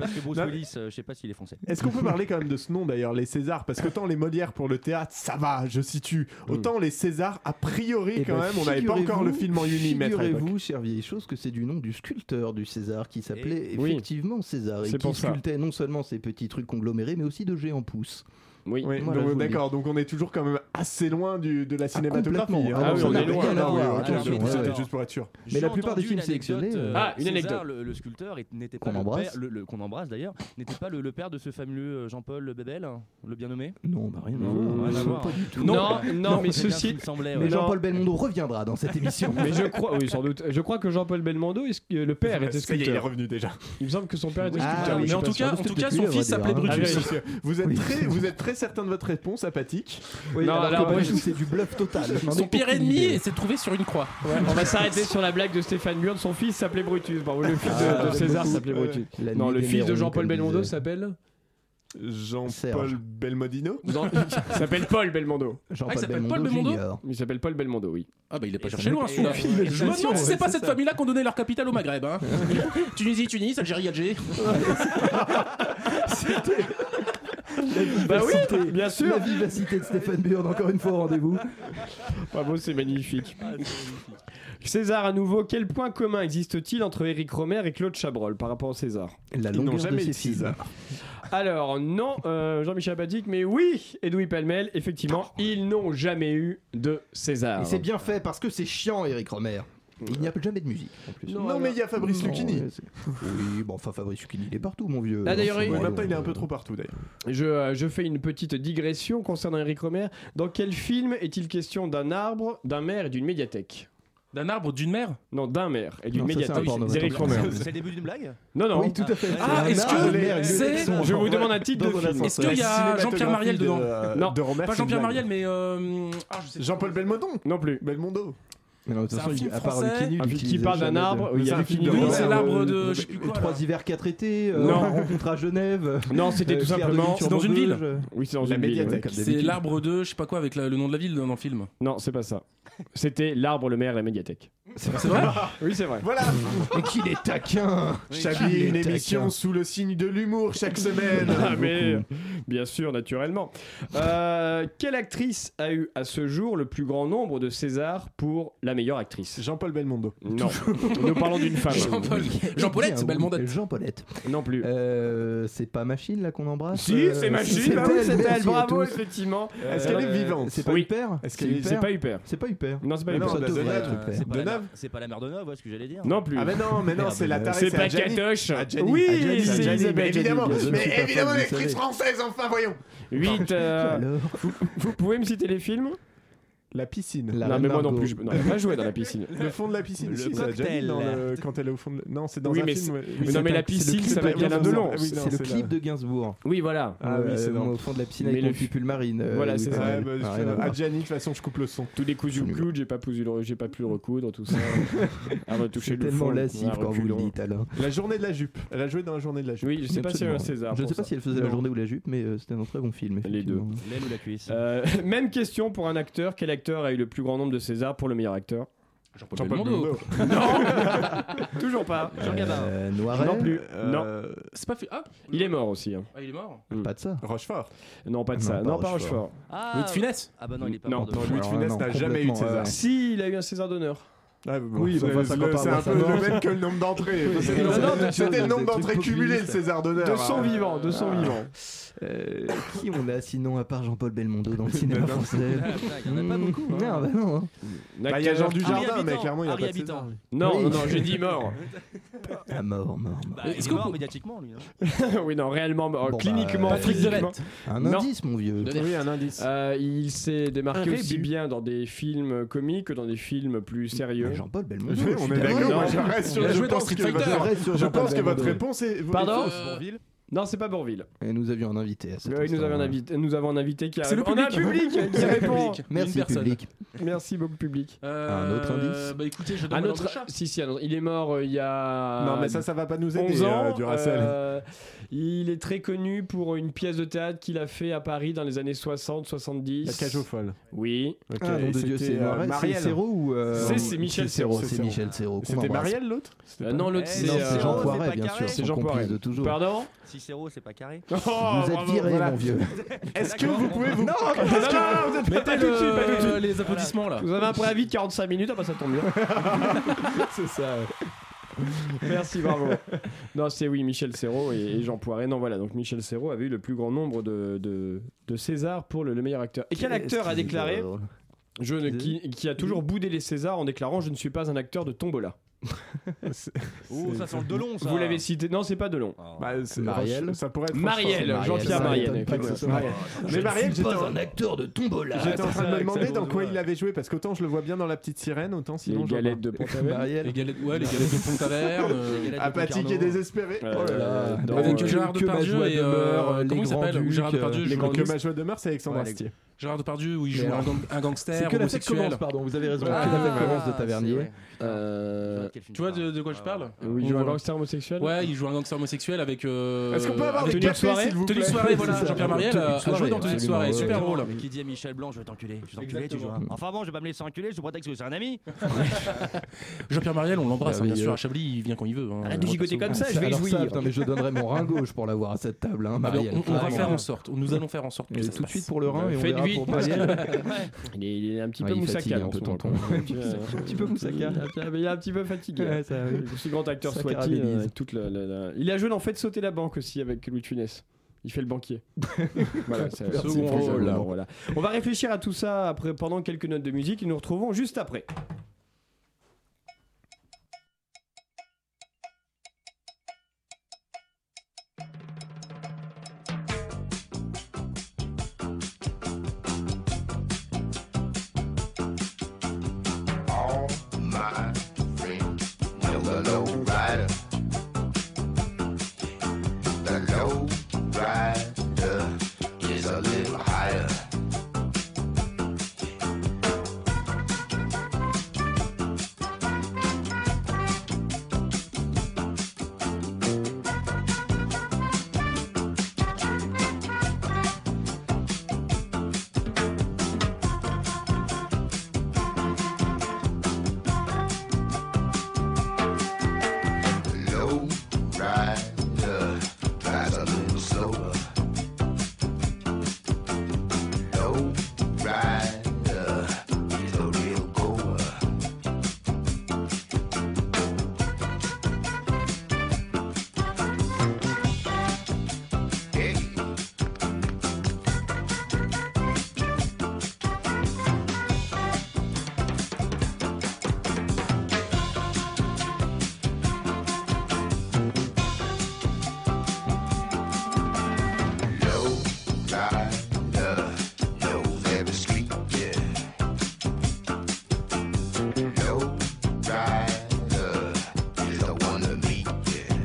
Speaker 1: parce que Bruce
Speaker 9: Non.
Speaker 1: Willis, euh, je sais pas s'il est français.
Speaker 9: Est-ce qu'on peut parler quand même de ce nom d'ailleurs, les Césars Parce que tant les Molières pour le théâtre, ça va, je situe. Autant les Césars, a priori
Speaker 10: Eh
Speaker 9: quand
Speaker 10: ben,
Speaker 9: même, on n'avait pas encore le film en unimètre. à l'époque.
Speaker 10: Figurez-vous, chère vieille chose, que c'est du nom du sculpteur du César qui s'appelait
Speaker 3: Et- Eh, oui.
Speaker 10: effectivement César et
Speaker 3: C'est
Speaker 10: qui
Speaker 3: pour ça.
Speaker 10: sculptait non seulement ces petits trucs conglomérés, mais aussi de géants pouces.
Speaker 3: Oui.
Speaker 9: Oui,
Speaker 10: Voilà,
Speaker 9: donc, euh,
Speaker 10: je vous le
Speaker 9: d'accord, donc on est toujours quand même assez loin du, de la cinématographie.
Speaker 10: complètement.
Speaker 9: hein.
Speaker 10: Ah
Speaker 3: oui, on
Speaker 9: ça
Speaker 3: est
Speaker 9: n'a
Speaker 3: loin,
Speaker 9: rien à
Speaker 10: non,
Speaker 9: voir,
Speaker 10: ouais,
Speaker 9: attention,
Speaker 10: attention,
Speaker 9: c'était
Speaker 10: ouais.
Speaker 9: juste pour être sûr.
Speaker 10: Mais la plupart des
Speaker 1: entendu
Speaker 10: films
Speaker 1: une anecdote,
Speaker 10: sélectionnés,
Speaker 1: euh,
Speaker 10: euh,
Speaker 3: Ah, une
Speaker 1: César,
Speaker 3: anecdote.
Speaker 1: Le, le sculpteur est- n'était pas
Speaker 10: Qu'on
Speaker 1: le
Speaker 10: embrasse.
Speaker 1: père- le- le- qu'on embrasse d'ailleurs, n'était pas le, le père de ce fameux euh, Jean-Paul Bebel, hein, le bien nommé.
Speaker 10: Non, bah rien à
Speaker 3: Mmh,
Speaker 1: rien à
Speaker 10: voir.
Speaker 1: voir.
Speaker 10: Pas du tout.
Speaker 3: Non, non, mais
Speaker 1: c'est bien ce
Speaker 3: ceci-
Speaker 1: qui me semblait.
Speaker 10: Mais
Speaker 1: ouais.
Speaker 3: non.
Speaker 10: Jean-Paul Belmondo oh, reviendra dans cette émission.
Speaker 3: Mais je crois, oui, sans doute. Je crois que Jean-Paul Belmondo, est-ce que le père était
Speaker 9: Ça y est, il est
Speaker 3: sculpteur.
Speaker 9: revenu déjà.
Speaker 3: Il me semble que son père était
Speaker 10: Ah,
Speaker 3: sculpteur. je
Speaker 10: oui,
Speaker 4: Mais
Speaker 3: suis
Speaker 4: en
Speaker 3: pas
Speaker 4: tout
Speaker 3: sûr.
Speaker 4: cas, en
Speaker 10: Parce que
Speaker 4: tout cas,
Speaker 10: depuis,
Speaker 4: son
Speaker 10: on
Speaker 4: fils
Speaker 10: va dire,
Speaker 4: s'appelait
Speaker 10: hein.
Speaker 3: Ah,
Speaker 4: Brutus.
Speaker 3: oui.
Speaker 9: Vous êtes,
Speaker 10: Oui.
Speaker 9: très, vous êtes très certain de votre réponse, apathique.
Speaker 10: Oui,
Speaker 3: Non,
Speaker 10: alors
Speaker 3: là,
Speaker 10: que
Speaker 3: en
Speaker 10: pas
Speaker 3: vrai,
Speaker 10: du tout, c'est du bluff total. Je n'en ai
Speaker 4: euh, Son pire
Speaker 10: aucune
Speaker 4: ennemi
Speaker 10: idée.
Speaker 4: et s'est trouvé sur une croix.
Speaker 3: On va s'arrêter sur la blague de Stéphane Burne. Son fils s'appelait Brutus. Bravo, le fils de-
Speaker 10: Ah,
Speaker 3: de,
Speaker 10: j'aime
Speaker 3: César
Speaker 10: beaucoup.
Speaker 3: s'appelait
Speaker 9: Ouais.
Speaker 3: Brutus.
Speaker 10: La
Speaker 3: Non,
Speaker 10: nuit
Speaker 3: le
Speaker 10: des
Speaker 3: fils de
Speaker 10: Néron,
Speaker 3: Jean-Paul
Speaker 10: comme
Speaker 3: Belmondo
Speaker 10: disait-
Speaker 3: s'appelle
Speaker 9: Jean-Paul
Speaker 10: Serge.
Speaker 9: Belmodino
Speaker 3: Non, il s'appelle Paul Belmondo.
Speaker 4: Ah, il
Speaker 10: Jean-Paul
Speaker 4: s'appelle Paul
Speaker 10: Belmondo
Speaker 4: Belmondo
Speaker 10: Junior.
Speaker 3: Il s'appelle Paul Belmondo, oui.
Speaker 4: Ah bah il est pas
Speaker 1: Et
Speaker 4: cherché
Speaker 1: ça
Speaker 4: loin
Speaker 1: met-
Speaker 4: celui-là.
Speaker 1: et-
Speaker 4: Je me demande si c'est pas
Speaker 9: c'est
Speaker 4: cette
Speaker 9: ça.
Speaker 4: famille-là qu'on donnait leur capitale au Maghreb. hein. Tunisie, Tunis, Algérie, Algérie.
Speaker 3: Bah oui, bien sûr.
Speaker 10: La vivacité de Stéphane Burn, encore une fois, au rendez-vous.
Speaker 3: Bravo, c'est magnifique.
Speaker 4: Ah,
Speaker 3: César, à nouveau, quel point commun existe-t-il entre Éric Romer et Claude Chabrol par rapport au César
Speaker 10: La
Speaker 9: Ils n'ont
Speaker 10: longueur de
Speaker 9: jamais eu
Speaker 10: ces
Speaker 9: de
Speaker 10: films.
Speaker 9: César.
Speaker 3: Alors, non, euh, Jean-Michel Abadik, mais oui, Edoui Palmel, effectivement, ils n'ont jamais eu de César.
Speaker 10: Et c'est bien fait parce que c'est chiant, Eric Romer. Il n'y a jamais de musique en plus.
Speaker 9: Non, mais il y a Fabrice
Speaker 10: Non,
Speaker 9: Lucchini.
Speaker 10: ouais, c'est- Oui, bon, enfin Fabrice Lucchini, il est partout, mon vieux.
Speaker 3: Ah, d'ailleurs,
Speaker 10: Enfin,
Speaker 3: il-
Speaker 10: bon,
Speaker 9: Oui, maintenant,
Speaker 10: allons,
Speaker 9: il est un peu
Speaker 10: euh,
Speaker 9: trop partout d'ailleurs.
Speaker 3: Je, euh, je fais une petite digression concernant Eric Romer. Dans quel film est-il question d'un arbre, d'un maire et d'une médiathèque
Speaker 4: D'un arbre, d'une mer
Speaker 3: Non, d'un maire et d'une
Speaker 10: Non, ça, c'est un
Speaker 3: médiathèque.
Speaker 10: porno,
Speaker 3: C'est Eric
Speaker 10: attends,
Speaker 3: Romer.
Speaker 1: C'est le début d'une blague
Speaker 3: Non, non.
Speaker 10: Oui, tout à fait.
Speaker 4: Ah,
Speaker 10: C'est un
Speaker 4: est-ce
Speaker 10: art,
Speaker 4: que
Speaker 10: les mères et
Speaker 4: c'est-
Speaker 10: les leçons.
Speaker 3: je vous demande un titre de
Speaker 9: Dans un
Speaker 3: film.
Speaker 9: ascenseur.
Speaker 4: Est-ce qu'il y a
Speaker 9: La
Speaker 4: Jean-Pierre Mariel dedans
Speaker 10: euh,
Speaker 9: cinématographie de-
Speaker 3: Non.
Speaker 9: de Romer,
Speaker 4: Pas
Speaker 9: c'est
Speaker 4: Jean-Pierre
Speaker 9: une blague.
Speaker 4: Mariel, mais euh, ah, je sais pas.
Speaker 9: Jean-Paul Belmondon
Speaker 3: Non plus.
Speaker 9: Belmondo
Speaker 10: Mais non, de toute
Speaker 4: C'est un
Speaker 10: façon,
Speaker 4: film
Speaker 10: à part
Speaker 4: français,
Speaker 10: Lucchini,
Speaker 3: Un
Speaker 10: il
Speaker 3: film qui
Speaker 10: utilisait
Speaker 3: parle
Speaker 10: jamais
Speaker 3: d'un
Speaker 10: de-
Speaker 3: arbre.
Speaker 9: Mais
Speaker 3: il y
Speaker 9: c'est
Speaker 3: a
Speaker 9: un
Speaker 3: le
Speaker 9: film
Speaker 3: film de
Speaker 9: de
Speaker 4: Oui,
Speaker 3: Romer.
Speaker 4: c'est
Speaker 9: Ouais,
Speaker 4: l'arbre
Speaker 9: euh,
Speaker 4: de je sais plus quoi. là.
Speaker 10: Trois hivers, quatre étés, euh,
Speaker 3: Non.
Speaker 10: on rencontre à Genève.
Speaker 3: Non, c'était
Speaker 10: euh,
Speaker 3: tout
Speaker 10: Pierre
Speaker 3: simplement.
Speaker 10: Denis
Speaker 4: c'est dans une ville.
Speaker 10: Turbauge.
Speaker 3: Oui, c'est dans
Speaker 9: La
Speaker 3: une ville,
Speaker 9: médiathèque.
Speaker 3: ouais.
Speaker 10: comme
Speaker 4: C'est
Speaker 10: d'habitude.
Speaker 4: l'arbre de je sais pas quoi avec la- le nom de la ville dans le film.
Speaker 3: Non, c'est pas ça. C'était l'arbre, le maire, la médiathèque.
Speaker 4: C'est vrai
Speaker 3: Oui, c'est vrai.
Speaker 9: Voilà
Speaker 10: Et qu'il est taquin
Speaker 9: Chablis, une
Speaker 10: Taquin.
Speaker 9: émission sous le signe de l'humour chaque semaine
Speaker 3: Ah, mais bien sûr, naturellement. Euh, quelle actrice a eu à ce jour le plus grand nombre de César pour la meilleure actrice
Speaker 9: Jean-Paul Belmondo.
Speaker 3: Non, nous parlons d'une femme.
Speaker 4: Jean-Paul.
Speaker 10: Eh
Speaker 4: Jean-Paulette,
Speaker 10: bien,
Speaker 4: c'est
Speaker 10: oui,
Speaker 4: Belmondo.
Speaker 10: Jean-Paulette.
Speaker 3: Non plus.
Speaker 10: Euh, c'est pas Machine, là, qu'on embrasse
Speaker 3: Si,
Speaker 10: euh,
Speaker 3: c'est Machine,
Speaker 10: c'est
Speaker 3: bah oui,
Speaker 10: elle,
Speaker 3: c'est
Speaker 10: merci
Speaker 3: elle,
Speaker 10: à
Speaker 3: bravo,
Speaker 10: tous.
Speaker 3: effectivement.
Speaker 9: Est-ce qu'elle est vivante
Speaker 10: C'est pas
Speaker 3: Oui.
Speaker 10: Hyper
Speaker 9: Est-ce qu'elle
Speaker 3: C'est
Speaker 9: est
Speaker 3: c'est pas hyper.
Speaker 10: C'est pas Hyper.
Speaker 3: Non, c'est pas
Speaker 9: Mais
Speaker 3: hyper.
Speaker 9: non,
Speaker 10: ça
Speaker 9: bah,
Speaker 10: devrait
Speaker 9: Deneuve,
Speaker 10: être
Speaker 9: euh,
Speaker 10: hyper.
Speaker 1: pas la
Speaker 9: Deneuve.
Speaker 1: mère- C'est pas la mère de Neuve, ouais, ce que j'allais dire.
Speaker 3: Non plus.
Speaker 9: Ah mais non, mais non,
Speaker 10: Merde,
Speaker 9: c'est la
Speaker 10: mais
Speaker 9: tarée,
Speaker 3: C'est
Speaker 9: c'est
Speaker 3: pas
Speaker 9: Adjani.
Speaker 3: Katoche.
Speaker 9: Adjani,
Speaker 3: Oui,
Speaker 9: Adjani,
Speaker 3: c'est
Speaker 9: Adjani, mais
Speaker 3: Isabelle
Speaker 9: évidemment,
Speaker 10: Adjani, bien sûr.
Speaker 9: mais évidemment
Speaker 10: Vous
Speaker 9: l'actrice
Speaker 10: savez.
Speaker 9: française, enfin voyons
Speaker 3: 8.
Speaker 10: Alors,
Speaker 3: euh, vous pouvez me citer les films
Speaker 9: La piscine.
Speaker 10: La
Speaker 3: Non,
Speaker 10: Reine
Speaker 3: mais moi non
Speaker 10: Margot.
Speaker 3: plus. Je... Non, j'ai pas joué dans la piscine.
Speaker 9: Le fond de la piscine.
Speaker 1: Le
Speaker 9: si, c'est Adjani
Speaker 1: cocktail.
Speaker 9: dans le- Quand elle est au fond de... Non, c'est dans
Speaker 3: Oui,
Speaker 9: un
Speaker 3: mais
Speaker 9: film. ouais.
Speaker 3: Mais
Speaker 9: Oui,
Speaker 3: non, mais
Speaker 10: c'est
Speaker 3: la
Speaker 10: un- c'est le
Speaker 3: piscine,
Speaker 10: clip
Speaker 3: ça va être
Speaker 10: de-
Speaker 3: Yana
Speaker 10: non,
Speaker 3: Delon.
Speaker 9: Ah oui, non,
Speaker 10: C'est le
Speaker 9: c'est
Speaker 10: clip
Speaker 9: la-
Speaker 10: de Gainsbourg.
Speaker 3: Oui, voilà.
Speaker 9: Ah oui,
Speaker 10: Euh,
Speaker 9: c'est dans-
Speaker 10: Au fond de la piscine
Speaker 3: Mais
Speaker 10: avec
Speaker 3: le
Speaker 10: mon
Speaker 3: fi-
Speaker 10: petit pull marine. euh,
Speaker 3: Voilà,
Speaker 10: oui,
Speaker 3: c'est
Speaker 10: pas
Speaker 3: ça.
Speaker 9: Ouais,
Speaker 10: mal.
Speaker 9: bah,
Speaker 10: Ah, rien à voir.
Speaker 9: Adjani, de toute façon, je coupe le son.
Speaker 3: Tous les coups du
Speaker 10: hein.
Speaker 3: coude, j'ai pas, pousu le- j'ai pas pu le recoudre, tout ça. Avant de toucher
Speaker 10: C'est
Speaker 3: le
Speaker 10: tellement
Speaker 3: fond.
Speaker 10: lascif
Speaker 3: un
Speaker 10: quand vous le
Speaker 3: reculant.
Speaker 10: dites, Alain.
Speaker 9: La journée de la jupe. Elle a joué dans la journée de la jupe.
Speaker 3: Oui, je sais pas si elle a un
Speaker 10: Absolument.
Speaker 3: César.
Speaker 10: Je ne
Speaker 3: pour
Speaker 10: sais pas
Speaker 3: ça.
Speaker 10: si elle faisait la
Speaker 3: Non.
Speaker 10: journée ou la jupe, mais euh, c'était un très bon film.
Speaker 3: Les deux.
Speaker 10: effectivement.
Speaker 1: L'aile ou la cuisse
Speaker 3: Euh, même question pour un acteur. Quel acteur a eu le plus grand nombre de César pour le meilleur acteur
Speaker 4: Jean-Paul
Speaker 9: Jean-Paul
Speaker 4: Belmondo.
Speaker 9: Belmondo.
Speaker 3: Toujours pas. Jean Gabin.
Speaker 10: Euh, Noiret,
Speaker 3: Non plus.
Speaker 9: Euh,
Speaker 4: C'est pas fait. Ah,
Speaker 3: Il est mort aussi. hein.
Speaker 4: Ah, il est mort.
Speaker 10: Pas de ça.
Speaker 9: Rochefort.
Speaker 3: Non, pas de
Speaker 10: Non,
Speaker 3: ça.
Speaker 10: pas
Speaker 3: Non, pas
Speaker 10: Rochefort.
Speaker 3: Rochefort.
Speaker 1: Ah
Speaker 4: Louis de Funès.
Speaker 1: Ah bah non, il est pas
Speaker 3: Non,
Speaker 1: mort de
Speaker 9: Non, Louis de
Speaker 10: Alors là,
Speaker 9: Funès
Speaker 10: non,
Speaker 9: n'a jamais eu de
Speaker 10: complètement,
Speaker 9: César.
Speaker 10: ouais.
Speaker 3: Si, il a eu un César d'honneur.
Speaker 9: Ouais, Ah, bon,
Speaker 10: Oui,
Speaker 9: ça,
Speaker 10: mais
Speaker 9: enfin,
Speaker 10: le-
Speaker 9: ça,
Speaker 10: le-
Speaker 9: c'est un peu le même que le nombre d'entrées. Enfin, c'est le
Speaker 11: Non, non,
Speaker 9: nombre-
Speaker 11: mais-
Speaker 9: C'était le nombre d'entrées
Speaker 10: populiste.
Speaker 9: cumulées, le César d'honneur. hein. Ah.
Speaker 10: De
Speaker 9: son
Speaker 10: son
Speaker 9: vivant, de son vivant.
Speaker 10: Euh, qui on a sinon à part Jean-Paul Belmondo dans le cinéma
Speaker 9: Ben non.
Speaker 10: français
Speaker 9: Ah,
Speaker 3: putain, il y en a pas
Speaker 10: Hmm,
Speaker 3: beaucoup, hein.
Speaker 10: Non, bah non. hein.
Speaker 9: Bah, il y a Jean Dujardin, mais clairement, il n'y a pas de César.
Speaker 3: Non,
Speaker 10: Oui.
Speaker 3: non, non, j'ai dit mort.
Speaker 10: Ah, mort, mort.
Speaker 11: Bah, il est mort médiatiquement, lui. hein.
Speaker 3: oui, non, réellement mort.
Speaker 10: Bon, bah,
Speaker 3: cliniquement,
Speaker 10: Patrick
Speaker 3: physiquement.
Speaker 10: Devette. Un
Speaker 3: Non.
Speaker 10: indice, mon vieux.
Speaker 9: Oui, un indice.
Speaker 3: Euh, il s'est démarqué
Speaker 9: Un
Speaker 3: aussi
Speaker 9: rébut.
Speaker 3: bien dans des films comiques que dans des films plus sérieux.
Speaker 10: Mais Jean-Paul Belmondo.
Speaker 9: Oui,
Speaker 10: je
Speaker 9: on
Speaker 10: suis
Speaker 9: est
Speaker 10: d'accord.
Speaker 9: d'accord,
Speaker 3: Non.
Speaker 9: moi je reste sur
Speaker 4: Il a
Speaker 9: je
Speaker 4: joué dans
Speaker 9: pense
Speaker 4: Street
Speaker 9: que votre-
Speaker 4: Fighter.
Speaker 9: je
Speaker 10: Reste sur Jean-Paul
Speaker 9: pense que votre
Speaker 10: Belmondo.
Speaker 9: réponse est.
Speaker 3: Pardon
Speaker 9: est fausse.
Speaker 11: Bourvil.
Speaker 3: Non, c'est pas Bourville.
Speaker 10: Et nous avions un invité à cet
Speaker 3: Oui, nous
Speaker 10: instant.
Speaker 3: avons, un invité, nous avons un invité qui
Speaker 4: C'est
Speaker 3: arrive.
Speaker 4: le
Speaker 3: On a un
Speaker 4: public.
Speaker 3: public qui
Speaker 4: C'est le
Speaker 3: répond.
Speaker 4: public. Une
Speaker 10: Merci,
Speaker 4: personne.
Speaker 10: public.
Speaker 3: Merci beaucoup, public.
Speaker 10: Un autre indice
Speaker 4: Bah écoutez, je donne
Speaker 3: Un
Speaker 4: mon
Speaker 3: autre.
Speaker 4: ordre de chat.
Speaker 3: Si, si, un autre. il est mort euh, il y a.
Speaker 9: Non, mais ça, ça va pas nous aider,
Speaker 3: 11 ans.
Speaker 9: euh, Duracell.
Speaker 3: euh, il est très connu pour une pièce de théâtre qu'il a fait à Paris dans les années 60-70.
Speaker 9: La cage aux folles.
Speaker 3: Oui.
Speaker 9: Ok,
Speaker 10: Ah, nom de
Speaker 9: c'était,
Speaker 10: Dieu, c'est
Speaker 9: euh,
Speaker 10: Nora- c'est
Speaker 9: Marielle.
Speaker 10: Serrault ou. euh,
Speaker 3: C'est- c'est Michel Serrault.
Speaker 10: C'est
Speaker 9: Serrault.
Speaker 10: Michel Serrault. qu'on
Speaker 9: C'était
Speaker 10: embrasse.
Speaker 9: Marielle Oh, l'autre
Speaker 3: Euh, non, l'autre,
Speaker 11: Eh,
Speaker 3: c'est.
Speaker 10: Non,
Speaker 11: euh,
Speaker 10: c'est Jean
Speaker 11: c'est
Speaker 10: Poiret,
Speaker 11: pas
Speaker 10: bien
Speaker 11: carré.
Speaker 10: sûr.
Speaker 3: C'est
Speaker 10: son
Speaker 3: Jean
Speaker 10: complice
Speaker 3: Poiret.
Speaker 10: de toujours.
Speaker 3: Pardon
Speaker 11: Cicéro, c'est pas carré.
Speaker 3: Oh,
Speaker 10: Vous êtes
Speaker 3: bravo.
Speaker 10: viré,
Speaker 3: Voilà.
Speaker 10: mon vieux.
Speaker 9: Est-ce que vous pouvez vous.
Speaker 3: Non, non, non, vous êtes pas
Speaker 4: Mettez
Speaker 3: tout de suite, pas tout de
Speaker 4: le-
Speaker 3: suite.
Speaker 4: les applaudissements là.
Speaker 3: Vous avez un préavis de 45 minutes, ah bah ça tombe bien.
Speaker 9: C'est ça.
Speaker 3: Merci, bravo. Non, c'est oui, Michel Serrault et, et Jean Poiret. Non, voilà, donc Michel Serrault avait eu le plus grand nombre de, de, de Césars pour le, le meilleur acteur. Et quel acteur a déclaré je ne- qui, qui a toujours boudé les Césars en déclarant Je ne suis pas un acteur de Tombola
Speaker 11: Oh, ça sent le Delon, ça.
Speaker 3: Vous l'avez cité Non, c'est pas Delon.
Speaker 11: Oh.
Speaker 9: Bah, c'est-
Speaker 10: Marielle.
Speaker 9: Ça pourrait être.
Speaker 3: Marielle,
Speaker 9: François.
Speaker 3: Jean-Pierre
Speaker 10: ça
Speaker 3: Marielle.
Speaker 10: m'étonne pas que ce soit Marielle.
Speaker 9: Mais Marielle, j'étais en-
Speaker 12: acteur de tombola.
Speaker 9: j'étais en train de me demander dans quoi
Speaker 11: ouais.
Speaker 9: il avait joué parce qu'autant je le vois bien dans La Petite Sirène, autant
Speaker 3: Les
Speaker 9: sinon. je vois
Speaker 3: galettes de Pont-Aven.
Speaker 10: Marielle.
Speaker 4: Les galettes, ouais, les galettes de Pont-Averne. euh,
Speaker 9: pas. Apathique et désespéré.
Speaker 3: Euh,
Speaker 9: Oh là là.
Speaker 3: euh, dans,
Speaker 4: Avec
Speaker 3: euh,
Speaker 4: Gérard
Speaker 10: que
Speaker 4: Depardieu
Speaker 10: Majoie
Speaker 4: et.
Speaker 10: demeure,
Speaker 4: euh,
Speaker 10: les
Speaker 4: Comment il s'appelle
Speaker 10: Grands-Ducs,
Speaker 4: Où Gérard
Speaker 10: euh,
Speaker 4: Depardieu
Speaker 9: Les
Speaker 4: joue.
Speaker 9: grandes que ma joie demeure, c'est Alexandre
Speaker 10: Ouais, les-
Speaker 9: Astier.
Speaker 4: Gérard Depardieu où il
Speaker 10: Mais
Speaker 4: joue un
Speaker 10: alors-
Speaker 4: gang- un
Speaker 10: C'est
Speaker 4: gangster
Speaker 10: que la fête
Speaker 4: homosexuel.
Speaker 10: commence, pardon, vous avez raison.
Speaker 4: Ah,
Speaker 10: que la fête
Speaker 4: ouais.
Speaker 10: commence de Tavernier.
Speaker 3: euh,
Speaker 4: Tu vois de, de quoi je parle
Speaker 3: oui,
Speaker 4: Où
Speaker 3: il
Speaker 4: il
Speaker 3: joue un
Speaker 4: joue un-
Speaker 3: gangster homosexuel
Speaker 4: Ouais, il joue un gangster homosexuel avec. euh,
Speaker 9: Est-ce qu'on peut avoir
Speaker 4: avec
Speaker 9: des
Speaker 3: tenue de
Speaker 9: cafés,
Speaker 3: soirée
Speaker 9: s'il vous plaît
Speaker 4: Tenue de soirée, voilà.
Speaker 10: C'est ça.
Speaker 4: Jean-Pierre Marielle
Speaker 10: Tenue de
Speaker 4: a a joué
Speaker 10: soirée,
Speaker 4: dans Tenue de
Speaker 10: absolument,
Speaker 4: soirée.
Speaker 10: ouais.
Speaker 4: Super rôle.
Speaker 11: Mais qui dit à Michel Blanc, je vais t'enculer, je vais t'enculer, tu vois. Enfin bon, je vais pas me laisser enculer, je prétexte que c'est un ami.
Speaker 4: Jean-Pierre Marielle, on l'embrasse, hein, bien
Speaker 10: Merveilleux.
Speaker 4: sûr. À Chablis, il vient quand il veut. hein.
Speaker 3: Arrête de gigoter Ah, comme ça, je vais y
Speaker 10: Ah euh, Alors
Speaker 3: jouir.
Speaker 10: ça, putain, mais je donnerais mon rein gauche pour l'avoir à cette table, hein,
Speaker 4: Ah, mais
Speaker 10: Marielle.
Speaker 4: on, on va
Speaker 10: Vraiment.
Speaker 4: faire en sorte, nous allons faire en sorte que
Speaker 10: Et
Speaker 4: ça se
Speaker 10: tout de
Speaker 4: passe. Euh,
Speaker 10: suite pour le rein et on
Speaker 3: Faites
Speaker 10: verra
Speaker 3: vite,
Speaker 10: pour
Speaker 3: parce que-
Speaker 10: Marielle.
Speaker 3: Il est, il est un petit
Speaker 10: Ouais,
Speaker 3: peu
Speaker 10: il fatigue
Speaker 3: moussacal
Speaker 10: un
Speaker 3: en
Speaker 10: peu
Speaker 3: ce moment,
Speaker 10: tonton.
Speaker 3: quand même. Tu vois,
Speaker 10: Un petit peu moussaka.
Speaker 3: Il est un petit peu fatigué.
Speaker 10: Ouais, ça, oui.
Speaker 3: Ce grand acteur
Speaker 10: Ça
Speaker 3: soit-il.
Speaker 10: carabinise.
Speaker 3: euh, toute la- la- la- Il a joué dans Fait sauter la banque aussi avec Louis de Funès. Il fait le banquier. voilà, c'est un
Speaker 10: Merci,
Speaker 3: second
Speaker 10: François
Speaker 3: rôle.
Speaker 10: Hollande.
Speaker 3: voilà. On va réfléchir à tout ça après, pendant quelques notes de musique et nous retrouvons juste après.
Speaker 12: my friends know the low rider. The low rider is a little higher. Low rider drives a little slower. Low rider is a real goer. Hey. Low rider knows every street, yeah. Low rider is the one to meet, yeah.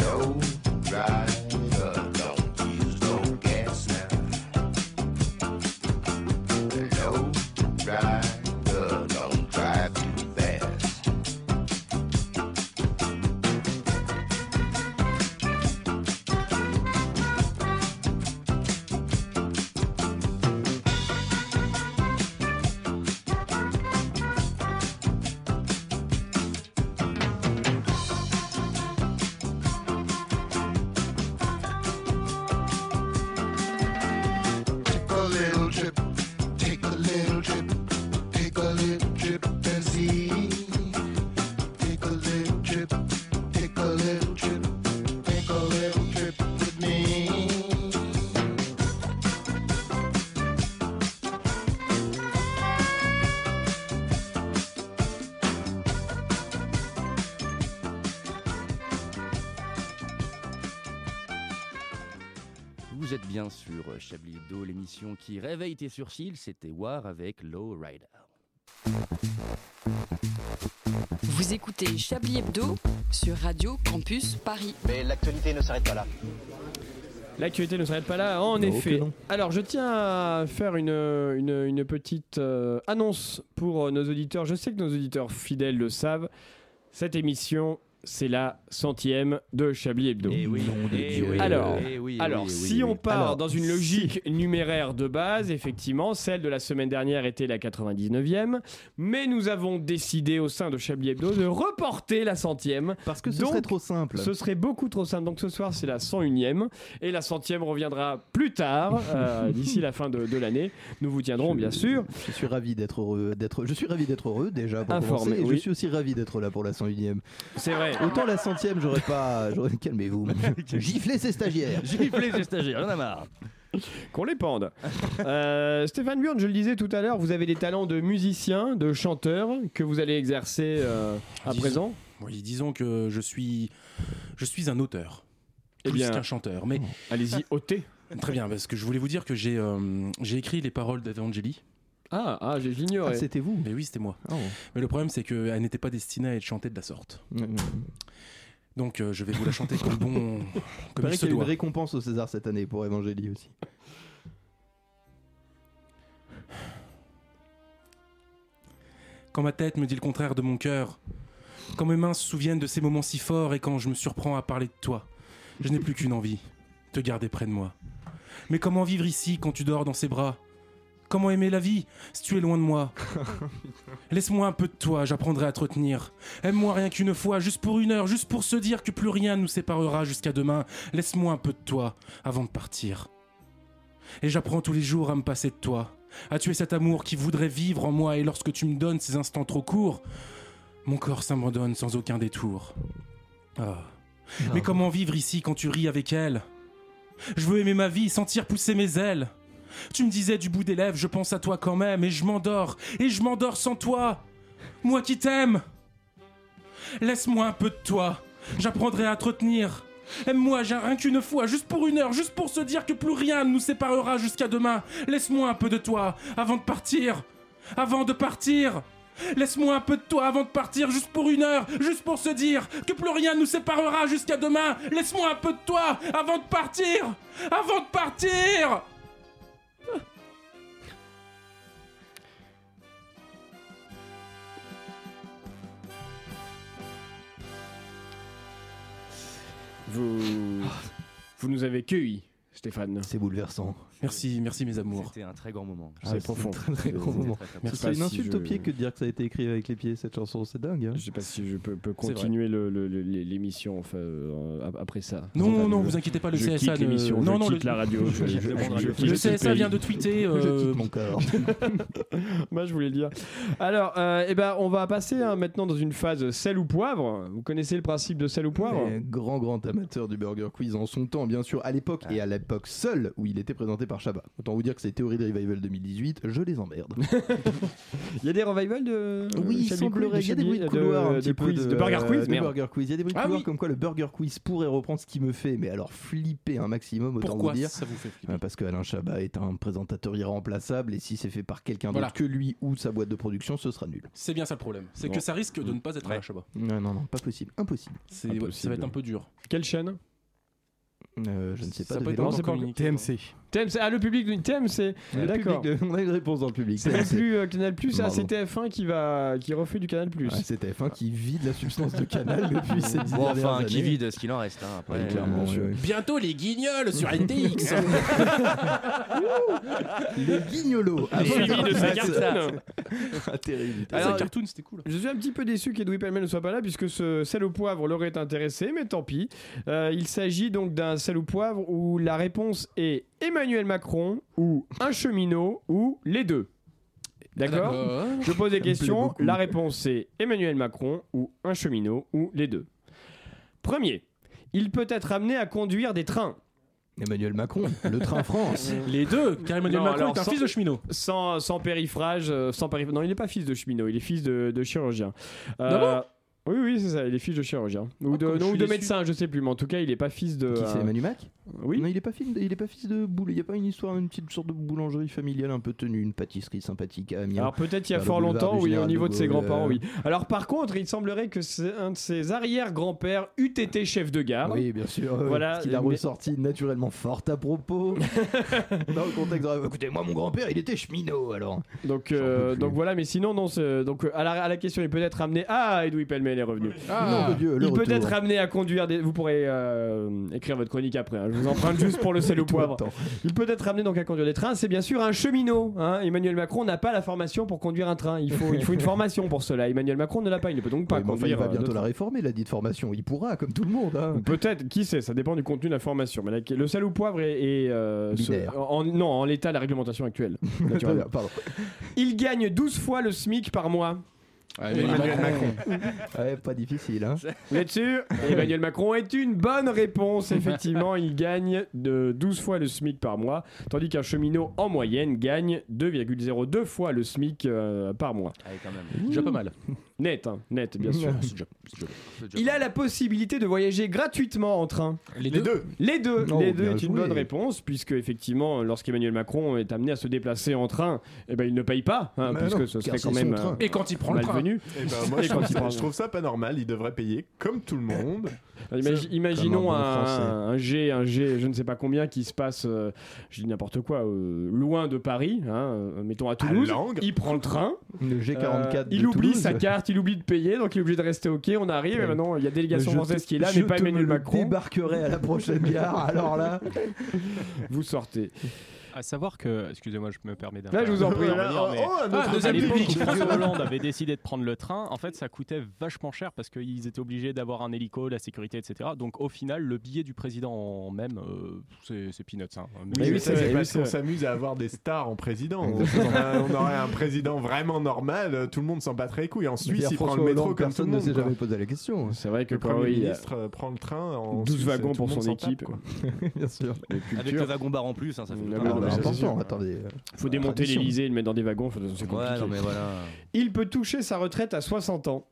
Speaker 12: Low rider, no little trip, take a little trip, take a little trip and see. Take a little trip, take a little trip, take a little trip with me.
Speaker 11: Vous êtes bien sur euh, Chablis Hebdo, l'émission qui réveille tes sourcils, c'était War avec Low Rider.
Speaker 8: Vous écoutez Chablis Hebdo sur Radio Campus Paris. Mais l'actualité ne s'arrête pas là.
Speaker 3: L'actualité ne s'arrête pas là, en
Speaker 8: Oh,
Speaker 3: effet.
Speaker 8: que non.
Speaker 3: Alors, je tiens à faire une, une, une petite euh, annonce pour euh, nos auditeurs. Je sais que nos auditeurs fidèles le savent. Cette émission, c'est la centième de Chablis Hebdo.
Speaker 13: eh oui,
Speaker 3: Alors,
Speaker 13: eh oui, eh
Speaker 3: alors
Speaker 13: oui, eh
Speaker 3: si
Speaker 13: oui, eh
Speaker 3: on
Speaker 13: oui.
Speaker 3: part
Speaker 13: Alors,
Speaker 3: dans une logique numéraire de base, effectivement, celle de la semaine dernière était la 99e, mais nous avons décidé au sein de Chablis Hebdo de reporter la centième.
Speaker 10: Parce que ce serait trop simple.
Speaker 3: Ce serait beaucoup trop simple. Donc ce soir, c'est la 101e. Et la centième reviendra plus tard, euh, d'ici la fin de, de l'année. Nous vous tiendrons, bien sûr.
Speaker 10: Je suis ravi d'être heureux, d'être. Je suis ravi d'être heureux déjà pour
Speaker 3: Informé,
Speaker 10: commencer, et
Speaker 3: oui.
Speaker 10: je suis aussi ravi d'être là pour la 101e.
Speaker 3: C'est vrai.
Speaker 10: Autant la centième, j'aurais pas. j'aurais- Calmez-vous. Giflez ces stagiaires.
Speaker 3: Giflez ces stagiaires, on a marre. Qu'on les pende. Euh, Stéphane Burn, je le disais tout à l'heure, vous avez des talents de musicien, de chanteur que vous allez exercer euh, à
Speaker 4: Disons-
Speaker 3: présent.
Speaker 4: Oui, disons que je suis, je suis un auteur.
Speaker 3: Eh
Speaker 4: Plus
Speaker 3: bien,
Speaker 4: qu'un chanteur, mais Ah.
Speaker 3: allez-y, ôtez.
Speaker 4: Très bien, parce que je voulais vous dire que j'ai euh, j'ai écrit les paroles d'Evangélie.
Speaker 3: Ah, ah j'ignorais.
Speaker 4: Ah, c'était
Speaker 10: vous Oh.
Speaker 4: Mais oui, c'était moi. Mais le problème, c'est qu'elle n'était pas destinée à être chantée de la sorte.
Speaker 10: Mm,
Speaker 4: Donc, euh, je vais vous la chanter comme bon.
Speaker 10: Il
Speaker 4: comme
Speaker 10: paraît
Speaker 4: il se
Speaker 10: qu'il y a eu une
Speaker 4: doit.
Speaker 10: récompense au César cette année pour Evangélie aussi.
Speaker 4: Quand ma tête me dit le contraire de mon cœur, quand mes mains se souviennent de ces moments si forts et quand je me surprends à parler de toi, je n'ai plus qu'une envie, te garder près de moi. Mais comment vivre ici quand tu dors dans ses bras Comment aimer la vie si tu es loin de moi Laisse-moi un peu de toi, j'apprendrai à te retenir. Aime-moi rien qu'une fois, juste pour une heure, juste pour se dire que plus rien ne nous séparera jusqu'à demain. Laisse-moi un peu de toi avant de partir. Et j'apprends tous les jours à me passer de toi, à tuer cet amour qui voudrait vivre en moi, et lorsque tu me donnes ces instants trop courts, mon corps s'abandonne sans aucun détour. Ah. Mais comment vivre ici quand tu ris avec elle Je veux aimer ma vie, sentir pousser mes ailes. Tu me disais du bout des lèvres, je pense à toi quand même, et je m'endors, et je m'endors sans toi. Moi qui t'aime. Laisse-moi un peu de toi. J'apprendrai à te retenir. Aime-moi, j'ai rien qu'une fois, juste pour une heure, juste pour se dire que plus rien ne nous séparera jusqu'à demain. Laisse-moi un peu de toi, avant de partir. Avant de partir. Laisse-moi un peu de toi avant de partir, juste pour une heure, juste pour se dire que plus rien ne nous séparera jusqu'à demain. Laisse-moi un peu de toi avant de partir. Avant de partir.
Speaker 3: Vous, vous nous avez cueillis, Stéphane.
Speaker 10: C'est bouleversant.
Speaker 4: Merci, merci mes amours.
Speaker 11: C'était un très grand moment.
Speaker 10: Ah, c'est un Très, très grand moment. Ce serait une insulte au pied que de dire que ça a été écrit avec les pieds cette chanson, c'est dingue. hein.
Speaker 3: Je sais pas si je peux, peux
Speaker 10: C'est vrai.
Speaker 3: continuer le- le- le- les- l'émission enfin, euh, ap- après ça.
Speaker 4: Non,
Speaker 3: Enfin,
Speaker 4: non,
Speaker 3: je-
Speaker 4: vous inquiétez pas, le
Speaker 3: je
Speaker 4: CSA
Speaker 3: quitte
Speaker 4: ne-
Speaker 3: l'émission,
Speaker 4: non,
Speaker 3: je
Speaker 4: non,
Speaker 3: quitte
Speaker 4: le-
Speaker 3: la radio. je-
Speaker 4: je
Speaker 3: je-
Speaker 4: quitte le monde
Speaker 3: je- je
Speaker 4: radio.
Speaker 3: quitte
Speaker 4: Le
Speaker 3: ce
Speaker 4: CSA
Speaker 3: pays.
Speaker 4: vient de tweeter, euh, Je quitte mon corps.
Speaker 3: Moi, je voulais le dire. Alors, euh, eh ben, on va passer hein, maintenant dans une phase sel ou poivre. Vous connaissez le principe de sel ou poivre
Speaker 10: Un grand, grand amateur du Burger Quiz en son temps, bien sûr, à l'époque et à l'époque seule où il était présenté par Chabat. Autant vous dire que ces théories de Revival 2018, je les emmerde.
Speaker 3: Il y a des revivals de.
Speaker 10: Oui, il
Speaker 3: Chablis
Speaker 10: semblerait.
Speaker 3: Quiz,
Speaker 10: Il y a des bruits de
Speaker 3: Chablis-
Speaker 10: couloir un
Speaker 3: de
Speaker 10: petit peu
Speaker 3: quiz, de Burger
Speaker 10: euh,
Speaker 3: Quiz,
Speaker 10: de
Speaker 3: merde.
Speaker 10: Burger Quiz. Il y a des bruits de
Speaker 3: Ah
Speaker 10: couloir
Speaker 3: oui.
Speaker 10: comme quoi le Burger Quiz pourrait reprendre ce qui me fait, mais alors flipper un maximum, autant
Speaker 4: Pourquoi
Speaker 10: vous dire.
Speaker 4: ça vous fait
Speaker 10: Euh, Parce que Alain Chabat est un présentateur irremplaçable et si c'est fait par quelqu'un
Speaker 4: Voilà.
Speaker 10: d'autre que lui ou sa boîte de production, ce sera nul.
Speaker 4: C'est bien ça le problème. C'est
Speaker 10: Bon.
Speaker 4: que ça risque de ne pas être à la Chabat.
Speaker 10: Non, non, non, pas possible, impossible.
Speaker 4: C'est- ouais, ça va être un peu dur.
Speaker 3: Quelle chaîne
Speaker 10: Euh, Je ne sais pas.
Speaker 4: Ça peut
Speaker 10: devez
Speaker 4: être
Speaker 10: leur-
Speaker 4: encore communiqué,
Speaker 10: TMC.
Speaker 3: TMC. Ah, le public d'une TMC.
Speaker 10: Le
Speaker 3: D'accord.
Speaker 10: public de- On a une réponse dans le public.
Speaker 3: C'est même
Speaker 10: TMC.
Speaker 3: plus euh, Canal Plus, ah,
Speaker 10: Bravo.
Speaker 3: c'est TF1 qui va qui refait du Canal Plus.
Speaker 10: Ouais, c'est TF1 qui vide la substance de Canal depuis ces dix
Speaker 11: Bon,
Speaker 10: dernières
Speaker 11: enfin, qui
Speaker 10: années.
Speaker 11: vide ce qu'il en reste. hein, après.
Speaker 10: Ouais, clairement,
Speaker 11: Euh,
Speaker 10: oui, oui.
Speaker 4: Bientôt les guignols sur NTX.
Speaker 10: Les guignolos.
Speaker 3: Ah, suivi de sa cartoon.
Speaker 10: Ah, terrible.
Speaker 3: Alors,
Speaker 4: Sa cartoon, c'était cool.
Speaker 3: Je suis un petit peu déçu qu'Edoui Pellemel ne soit pas là puisque ce sel au poivre leur est intéressé, mais tant pis. Euh, il s'agit donc d'un sel au poivre où la réponse est Emmanuel Emmanuel Macron ou un cheminot ou les deux D'accord
Speaker 2: Ah, D'accord.
Speaker 3: Je pose
Speaker 2: Ça
Speaker 3: des
Speaker 2: me plaît
Speaker 3: questions.
Speaker 2: beaucoup.
Speaker 3: La réponse c'est Emmanuel Macron ou un cheminot ou les deux. Premier, il peut être amené à conduire des trains.
Speaker 10: Emmanuel Macron, le train France.
Speaker 3: Les deux,
Speaker 4: car Emmanuel Macron est un fils de cheminot.
Speaker 3: Sans, sans périphrage, euh, sans périph- Non, il n'est pas fils de cheminot, il est fils de, de chirurgien. Euh,
Speaker 4: Ah
Speaker 3: oui, oui, c'est ça, il est fils de chirurgien. Ou de,
Speaker 10: comme je
Speaker 3: non, ou
Speaker 10: suis
Speaker 3: de
Speaker 10: déçu.
Speaker 3: médecin, je sais plus, mais en tout cas, il n'est pas fils de.
Speaker 10: Qui c'est
Speaker 3: euh,
Speaker 10: Emmanuel Mac
Speaker 3: Oui.
Speaker 10: Non, il est pas fils de, il est pas fils de boule. Il y a pas une histoire, une petite sorte de boulangerie familiale un peu tenue, une pâtisserie sympathique à Amiens.
Speaker 3: Alors peut-être il y a
Speaker 10: vers Bah, le
Speaker 3: fort
Speaker 10: boulevard
Speaker 3: longtemps,
Speaker 10: du
Speaker 3: oui, au
Speaker 10: Général
Speaker 3: niveau
Speaker 10: de
Speaker 3: de ses
Speaker 10: Gaulle,
Speaker 3: grands-parents,
Speaker 10: euh,
Speaker 3: oui. Alors par contre, il semblerait que c'est un de ses arrière-grands-pères eût été chef de gare.
Speaker 10: Oui, bien sûr.
Speaker 3: Voilà.
Speaker 10: Il euh, a
Speaker 3: mais-
Speaker 10: ressorti naturellement fort à propos. Dans le contexte. de- Écoutez, moi, mon grand-père, il était cheminot, alors.
Speaker 3: Donc, euh, donc voilà, mais sinon, non, c'est- donc euh, à la, à la question, il peut être amené. Ah, Edoui Pellemel est revenu.
Speaker 10: Ah. Nom de Dieu, le
Speaker 3: il peut
Speaker 10: retour.
Speaker 3: être amené à conduire des. Vous pourrez euh, écrire votre chronique après, hein. je vous emprunte juste pour le sel au
Speaker 10: Tout le
Speaker 3: poivre.
Speaker 10: temps.
Speaker 3: Il peut être amené donc à conduire des trains, c'est bien sûr un cheminot. hein. Emmanuel Macron n'a pas la formation pour conduire un train, il faut, il faut une formation pour cela. Emmanuel Macron ne l'a pas, il ne peut donc pas
Speaker 10: Ouais, mais enfin, il
Speaker 3: conduire.
Speaker 10: va
Speaker 3: euh, de
Speaker 10: bientôt
Speaker 3: train.
Speaker 10: la réformer, la dite formation. Il pourra, comme tout le monde. hein.
Speaker 3: Peut-être, qui sait, ça dépend du contenu de la formation. Mais la- le sel ou poivre est. est, euh, ce-
Speaker 10: Binaire.
Speaker 3: en, non, en l'état, la réglementation actuelle. naturellement.
Speaker 10: Pardon.
Speaker 3: Il gagne 12 fois le SMIC par mois.
Speaker 10: Ah, Emmanuel Macron. Ouais, pas difficile, hein.
Speaker 3: Là-dessus, Emmanuel Macron est une bonne réponse. Effectivement, il gagne de 12 fois le SMIC par mois, tandis qu'un cheminot en moyenne gagne 2,02 fois le SMIC euh, par mois.
Speaker 11: quand même.
Speaker 3: Déjà pas mal. Net, hein, net, bien sûr. Il a la possibilité de voyager gratuitement en train.
Speaker 4: Les deux.
Speaker 3: Les deux.
Speaker 4: Oh,
Speaker 3: les deux
Speaker 4: bien
Speaker 3: est une
Speaker 4: joué.
Speaker 3: bonne réponse, puisque effectivement, lorsqu'Emmanuel Macron est amené à se déplacer en train, eh ben, il ne paye pas, hein,
Speaker 9: Bah
Speaker 3: puisque
Speaker 9: non,
Speaker 3: ce serait
Speaker 9: car
Speaker 3: quand
Speaker 9: c'est son
Speaker 3: même.
Speaker 9: train.
Speaker 3: euh, malvenu.
Speaker 9: Eh ben, moi,
Speaker 3: Et
Speaker 9: je,
Speaker 3: quand
Speaker 9: trouve
Speaker 3: il prend
Speaker 9: ça,
Speaker 3: le
Speaker 9: je trouve ça pas normal. Il devrait payer comme tout le monde.
Speaker 3: Imagi-
Speaker 9: C'est-
Speaker 3: imaginons
Speaker 9: Comme un bon Français.
Speaker 3: un, un G, un G, je ne sais pas combien, qui se passe, euh, je dis n'importe quoi, euh, loin de Paris, hein, euh, mettons à Toulouse.
Speaker 9: Langres.
Speaker 3: il prend le train.
Speaker 10: Le G44
Speaker 3: Euh, il
Speaker 10: de
Speaker 3: oublie
Speaker 10: Toulouse.
Speaker 3: sa carte, il oublie de payer, donc il est obligé de rester OK. On arrive, et maintenant il y a délégation
Speaker 10: Je
Speaker 3: française
Speaker 10: te-
Speaker 3: qui est là,
Speaker 10: je
Speaker 3: mais pas
Speaker 10: te me
Speaker 3: Emmanuel
Speaker 10: le
Speaker 3: Macron.
Speaker 10: Débarquerai à la prochaine gare, alors là.
Speaker 3: Vous sortez.
Speaker 14: À savoir que, excusez-moi, je me permets d'un.
Speaker 3: Là, je vous en prie.
Speaker 14: revenir,
Speaker 3: Là, oh,
Speaker 14: mais-
Speaker 3: oh, un autre
Speaker 14: à
Speaker 3: deuxième
Speaker 14: l'époque
Speaker 3: public.
Speaker 14: où François Hollande avait décidé de prendre le train. En fait, ça coûtait vachement cher parce qu'ils étaient obligés d'avoir un hélico, la sécurité, etc. Donc, au final, le billet du président en même, euh, c'est c'est peanuts. hein.
Speaker 9: Mais oui, ça, c'est parce qu'on
Speaker 14: vrai.
Speaker 10: Ah,
Speaker 9: s'amuse à avoir des stars en président. on, aurait- on aurait un président vraiment normal, euh, tout le monde s'en battrait les couilles. En Suisse,
Speaker 10: Pierre
Speaker 9: il prend le
Speaker 10: François
Speaker 9: métro
Speaker 10: Hollande,
Speaker 9: comme tout
Speaker 10: personne
Speaker 9: le
Speaker 10: ne
Speaker 9: monde.
Speaker 10: s'est
Speaker 9: quoi.
Speaker 10: jamais posé la question.
Speaker 3: C'est vrai que
Speaker 9: le
Speaker 3: quand
Speaker 9: Premier
Speaker 3: il y a
Speaker 9: ministre euh, prend le train. En
Speaker 3: 12
Speaker 9: Suisse,
Speaker 3: wagons
Speaker 9: tout
Speaker 3: pour
Speaker 9: le monde
Speaker 3: son
Speaker 9: s'en tape,
Speaker 3: équipe.
Speaker 9: quoi.
Speaker 10: Bien sûr.
Speaker 11: Avec le wagon bar en plus, hein, ça fait
Speaker 3: Ah,
Speaker 11: tout un
Speaker 3: bah,
Speaker 11: bordel.
Speaker 3: c'est sûr.
Speaker 10: attendez. euh,
Speaker 3: Faut démonter
Speaker 11: Tradition.
Speaker 3: l'Elysée et le mettre dans des wagons, faut- c'est compliqué.
Speaker 11: Ouais, non, mais voilà.
Speaker 3: Il peut toucher sa retraite à 60 ans.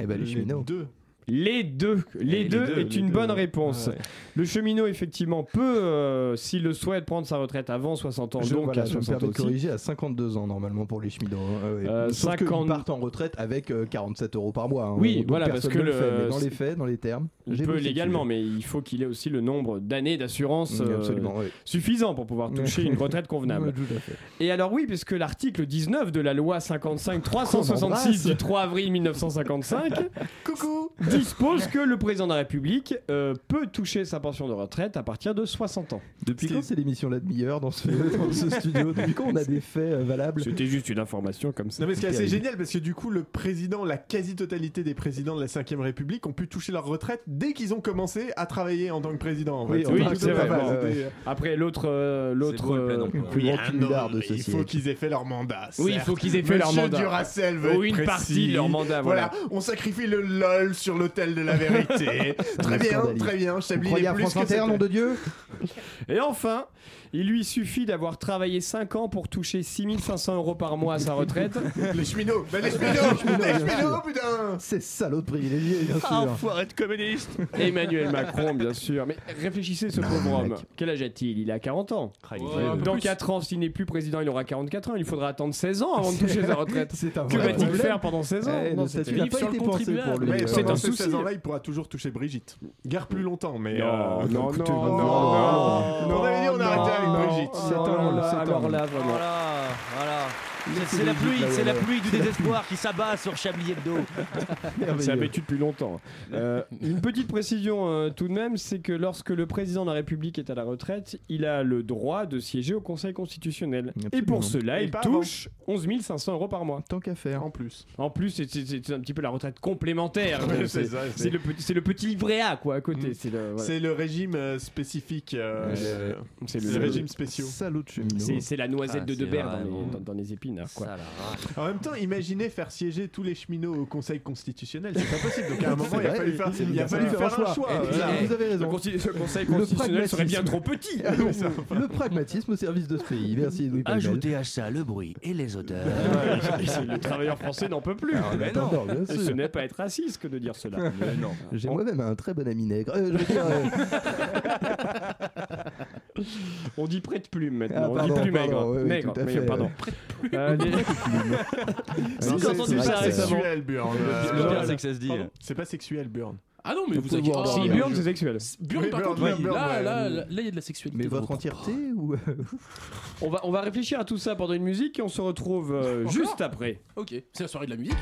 Speaker 10: Eh ben, les cheminots.
Speaker 9: Deux.
Speaker 3: Les deux, les,
Speaker 10: Eh, les
Speaker 3: deux,
Speaker 10: deux,
Speaker 3: est
Speaker 10: les
Speaker 3: une
Speaker 10: deux,
Speaker 3: bonne
Speaker 10: ouais.
Speaker 3: réponse.
Speaker 10: Ah ouais.
Speaker 3: Le cheminot, effectivement, peut, euh, s'il le souhaite, prendre sa retraite avant 60 ans,
Speaker 10: Je,
Speaker 3: donc à
Speaker 10: voilà, je me
Speaker 3: 60
Speaker 10: permets
Speaker 3: ans
Speaker 10: de
Speaker 3: aussi.
Speaker 10: corriger à 52 ans normalement pour les cheminots. hein, ouais.
Speaker 3: Euh,
Speaker 10: Sauf qu'ils
Speaker 3: 50
Speaker 10: partent en retraite avec euh, 47 euros par mois. hein,
Speaker 3: Oui,
Speaker 10: donc
Speaker 3: voilà, parce
Speaker 10: personne
Speaker 3: que
Speaker 10: ne le
Speaker 3: le-
Speaker 10: fait, mais dans les faits, dans les termes.
Speaker 3: Il
Speaker 10: j'ai
Speaker 3: peut
Speaker 10: bossé
Speaker 3: légalement,
Speaker 10: dessus.
Speaker 3: mais il faut qu'il ait aussi le nombre d'années d'assurance euh,
Speaker 10: Mm, absolument, oui.
Speaker 3: suffisant pour pouvoir toucher une retraite convenable.
Speaker 10: Ouais, tout à fait.
Speaker 3: Et alors oui, puisque l'article 19 de la loi
Speaker 10: Oh,
Speaker 3: 55
Speaker 10: Qu'on embrasse.
Speaker 3: 366 du 3 avril 1955
Speaker 9: Coucou
Speaker 3: dispose que le président de la République euh, peut toucher sa pension de retraite à partir de 60 ans.
Speaker 10: Depuis quand c'est l'émission La demi-heure dans ce, dans ce studio Depuis quand on a des faits euh, valables
Speaker 3: C'était juste une information comme ça.
Speaker 9: Non mais ce qui est assez
Speaker 10: Terrible.
Speaker 9: génial parce que du coup le président, la quasi-totalité des présidents de la 5 République ont pu toucher leur retraite dès qu'ils ont commencé à travailler en tant que président. en fait.
Speaker 3: Oui,
Speaker 9: C'est
Speaker 3: oui,
Speaker 9: plutôt
Speaker 3: c'est
Speaker 9: pas
Speaker 3: vrai,
Speaker 9: mal.
Speaker 3: bon,
Speaker 9: C'était, euh,
Speaker 3: Après l'autre, euh, l'autre, euh,
Speaker 9: Oui,
Speaker 3: grand
Speaker 9: un
Speaker 3: cumulard
Speaker 9: homme, il faut qu'ils aient fait leur mandat.
Speaker 3: Oui, il
Speaker 9: certes.
Speaker 3: faut qu'ils aient fait leur
Speaker 9: Monsieur
Speaker 3: mandat.
Speaker 9: Duracell veut
Speaker 3: Ou
Speaker 9: être
Speaker 3: une
Speaker 9: précis.
Speaker 3: partie de leur mandat, voilà.
Speaker 9: on sacrifie le lol sur l'autel de la vérité. très bien,
Speaker 10: Scandalise.
Speaker 9: très bien.
Speaker 10: Vous
Speaker 9: Chablis, il
Speaker 10: croyez
Speaker 9: est
Speaker 10: à
Speaker 9: plus
Speaker 10: France
Speaker 9: que
Speaker 10: Inter,
Speaker 9: c'était.
Speaker 10: nom de Dieu
Speaker 3: Et enfin, il lui suffit d'avoir travaillé 5 ans pour toucher 6500 euros par mois à sa retraite.
Speaker 9: Les cheminots, bah, les cheminots, les cheminots, putain Ah,
Speaker 10: Ces salauds de privilégiés, bien sûr.
Speaker 3: Ah, de communiste Emmanuel Macron, bien sûr. Mais réfléchissez, ce pauvre
Speaker 10: Ah,
Speaker 3: homme. Quel âge a-t-il Il a 40 ans.
Speaker 11: un peu
Speaker 3: Dans
Speaker 11: plus.
Speaker 3: 4 ans, s'il n'est plus président, il aura 44 ans. Il faudra attendre 16 ans avant de toucher sa retraite.
Speaker 10: C'est un
Speaker 3: que
Speaker 10: vrai
Speaker 3: va-t-il
Speaker 10: problème.
Speaker 3: faire pendant 16 ans
Speaker 10: Eh,
Speaker 3: Non,
Speaker 10: le
Speaker 3: c'était
Speaker 10: statut n'a
Speaker 3: vivre
Speaker 10: pas
Speaker 3: sur
Speaker 10: été
Speaker 3: le
Speaker 10: pensé pour
Speaker 3: contribuable.
Speaker 10: lui.
Speaker 9: Mais
Speaker 10: euh,
Speaker 9: pendant
Speaker 10: un
Speaker 9: ces
Speaker 10: souci.
Speaker 9: 16 ans-là, il pourra toujours toucher Brigitte. Gare hein. plus longtemps, mais.
Speaker 3: Non,
Speaker 9: euh,
Speaker 3: non,
Speaker 9: écoutez,
Speaker 3: non,
Speaker 9: bon,
Speaker 3: non,
Speaker 9: on avait dit on arrêtait avec Brigitte.
Speaker 10: Oh
Speaker 3: Alors là, alors là, vraiment.
Speaker 11: Voilà, voilà.
Speaker 13: C'est- C'est la pluie, c'est la pluie du désespoir qui s'abat sur Chablis Hebdo.
Speaker 3: C'est habitué depuis longtemps. Euh, une petite précision euh, tout de même, c'est que lorsque le président de la République est à la retraite, il a le droit de siéger au Conseil constitutionnel. Et pour cela,
Speaker 9: Et
Speaker 3: il
Speaker 9: pas
Speaker 3: touche 11 500 euros par mois.
Speaker 10: Tant qu'à faire.
Speaker 9: En plus.
Speaker 3: En plus, c'est- c'est c'est un petit peu la retraite complémentaire.
Speaker 9: Ouais, c'est
Speaker 3: c'est
Speaker 9: ça, c'est- Mm.
Speaker 3: c'est le, petit- c'est le petit livret A quoi à côté. C'est le, voilà.
Speaker 9: C'est le régime euh, spécifique. euh,
Speaker 3: Ouais, c'est
Speaker 9: c'est
Speaker 3: le-
Speaker 9: le régime spécial.
Speaker 10: Salaud de
Speaker 3: C'est- c'est la noisette
Speaker 9: Ah,
Speaker 3: de
Speaker 9: c'est
Speaker 3: Debert dans
Speaker 9: vraiment-
Speaker 3: les, dans- dans les épinards. Quoi.
Speaker 9: En même temps, imaginez faire siéger tous les cheminots au Conseil constitutionnel, c'est pas possible. Donc à un moment, il a fallu faire, il a fallu faire un choix. voilà.
Speaker 10: Vous avez raison.
Speaker 3: Le conseil, le conseil
Speaker 10: Le
Speaker 3: constitutionnel serait bien
Speaker 10: pragmatisme.
Speaker 3: trop petit.
Speaker 10: le pragmatisme au service de ce pays. Merci Louis
Speaker 3: Ajoutez
Speaker 10: à ça le bruit et les odeurs.
Speaker 3: le travailleur français n'en peut plus.
Speaker 10: Ah,
Speaker 3: mais
Speaker 10: attends,
Speaker 3: non.
Speaker 10: bien
Speaker 3: Et
Speaker 10: sûr.
Speaker 3: ce n'est pas être raciste que de dire cela.
Speaker 10: J'ai moi-même un très bon ami nègre. Euh, je veux dire, euh,
Speaker 3: On dit près de plume
Speaker 10: Ah,
Speaker 3: maintenant. on
Speaker 10: pardon,
Speaker 3: dit plus
Speaker 10: pardon,
Speaker 3: maigre.
Speaker 10: ouais, ouais,
Speaker 3: maigre,
Speaker 10: tout à
Speaker 3: mais
Speaker 10: fait.
Speaker 3: pardon. Euh, les- Si,
Speaker 9: Non,
Speaker 3: j'ai
Speaker 9: c'est-
Speaker 3: entendu
Speaker 9: c'est
Speaker 3: ça
Speaker 9: pas
Speaker 3: récemment.
Speaker 9: sexuel, Burn.
Speaker 3: Le
Speaker 9: Euh,
Speaker 3: pire,
Speaker 9: Burn.
Speaker 3: c'est que ça se dit.
Speaker 9: Pardon C'est pas sexuel, Burn.
Speaker 3: Ah non, mais
Speaker 9: Vous
Speaker 3: vous
Speaker 9: pouvez
Speaker 3: inquiétez-
Speaker 9: voir
Speaker 3: Si,
Speaker 9: Burn.
Speaker 3: Burn, c'est sexuel.
Speaker 9: Burn, Oui, par Burn, contre, oui, Burn, là, ouais. là, là,
Speaker 3: il y a de la sexualité.
Speaker 10: mais votre entièreté ou
Speaker 3: On va, on va réfléchir à tout ça pendant une musique et on se retrouve euh,
Speaker 15: Encore
Speaker 3: juste après.
Speaker 15: Ok, c'est la soirée de la musique.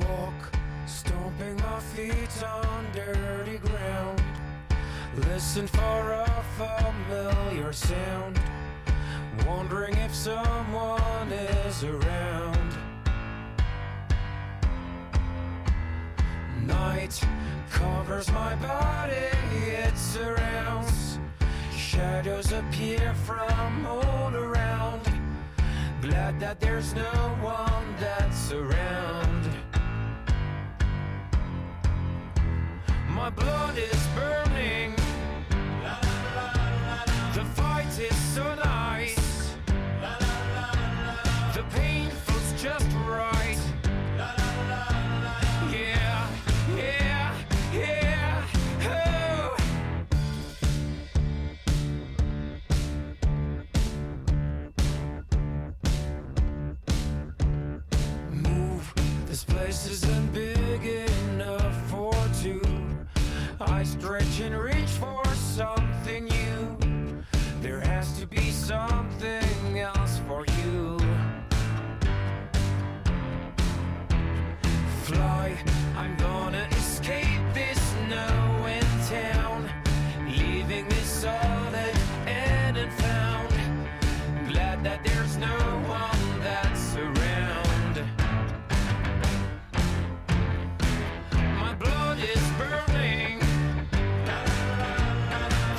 Speaker 16: Walk, stomping my feet on dirty ground. Listen for a familiar sound. Wondering if someone is around. Night covers my body, it surrounds. Shadows appear from all around. Glad that there's no one that's around. My blood is burning. The fight is so nice. The pain feels just right. Yeah, yeah, yeah. Oh. Oh. This place isn't big enough for two. I stretch and reach for something new. There has to be something else for you. Fly, I'm gonna escape this snow in town. Leaving this solid and unfound. Glad that there's no one that's around. My blood is burning.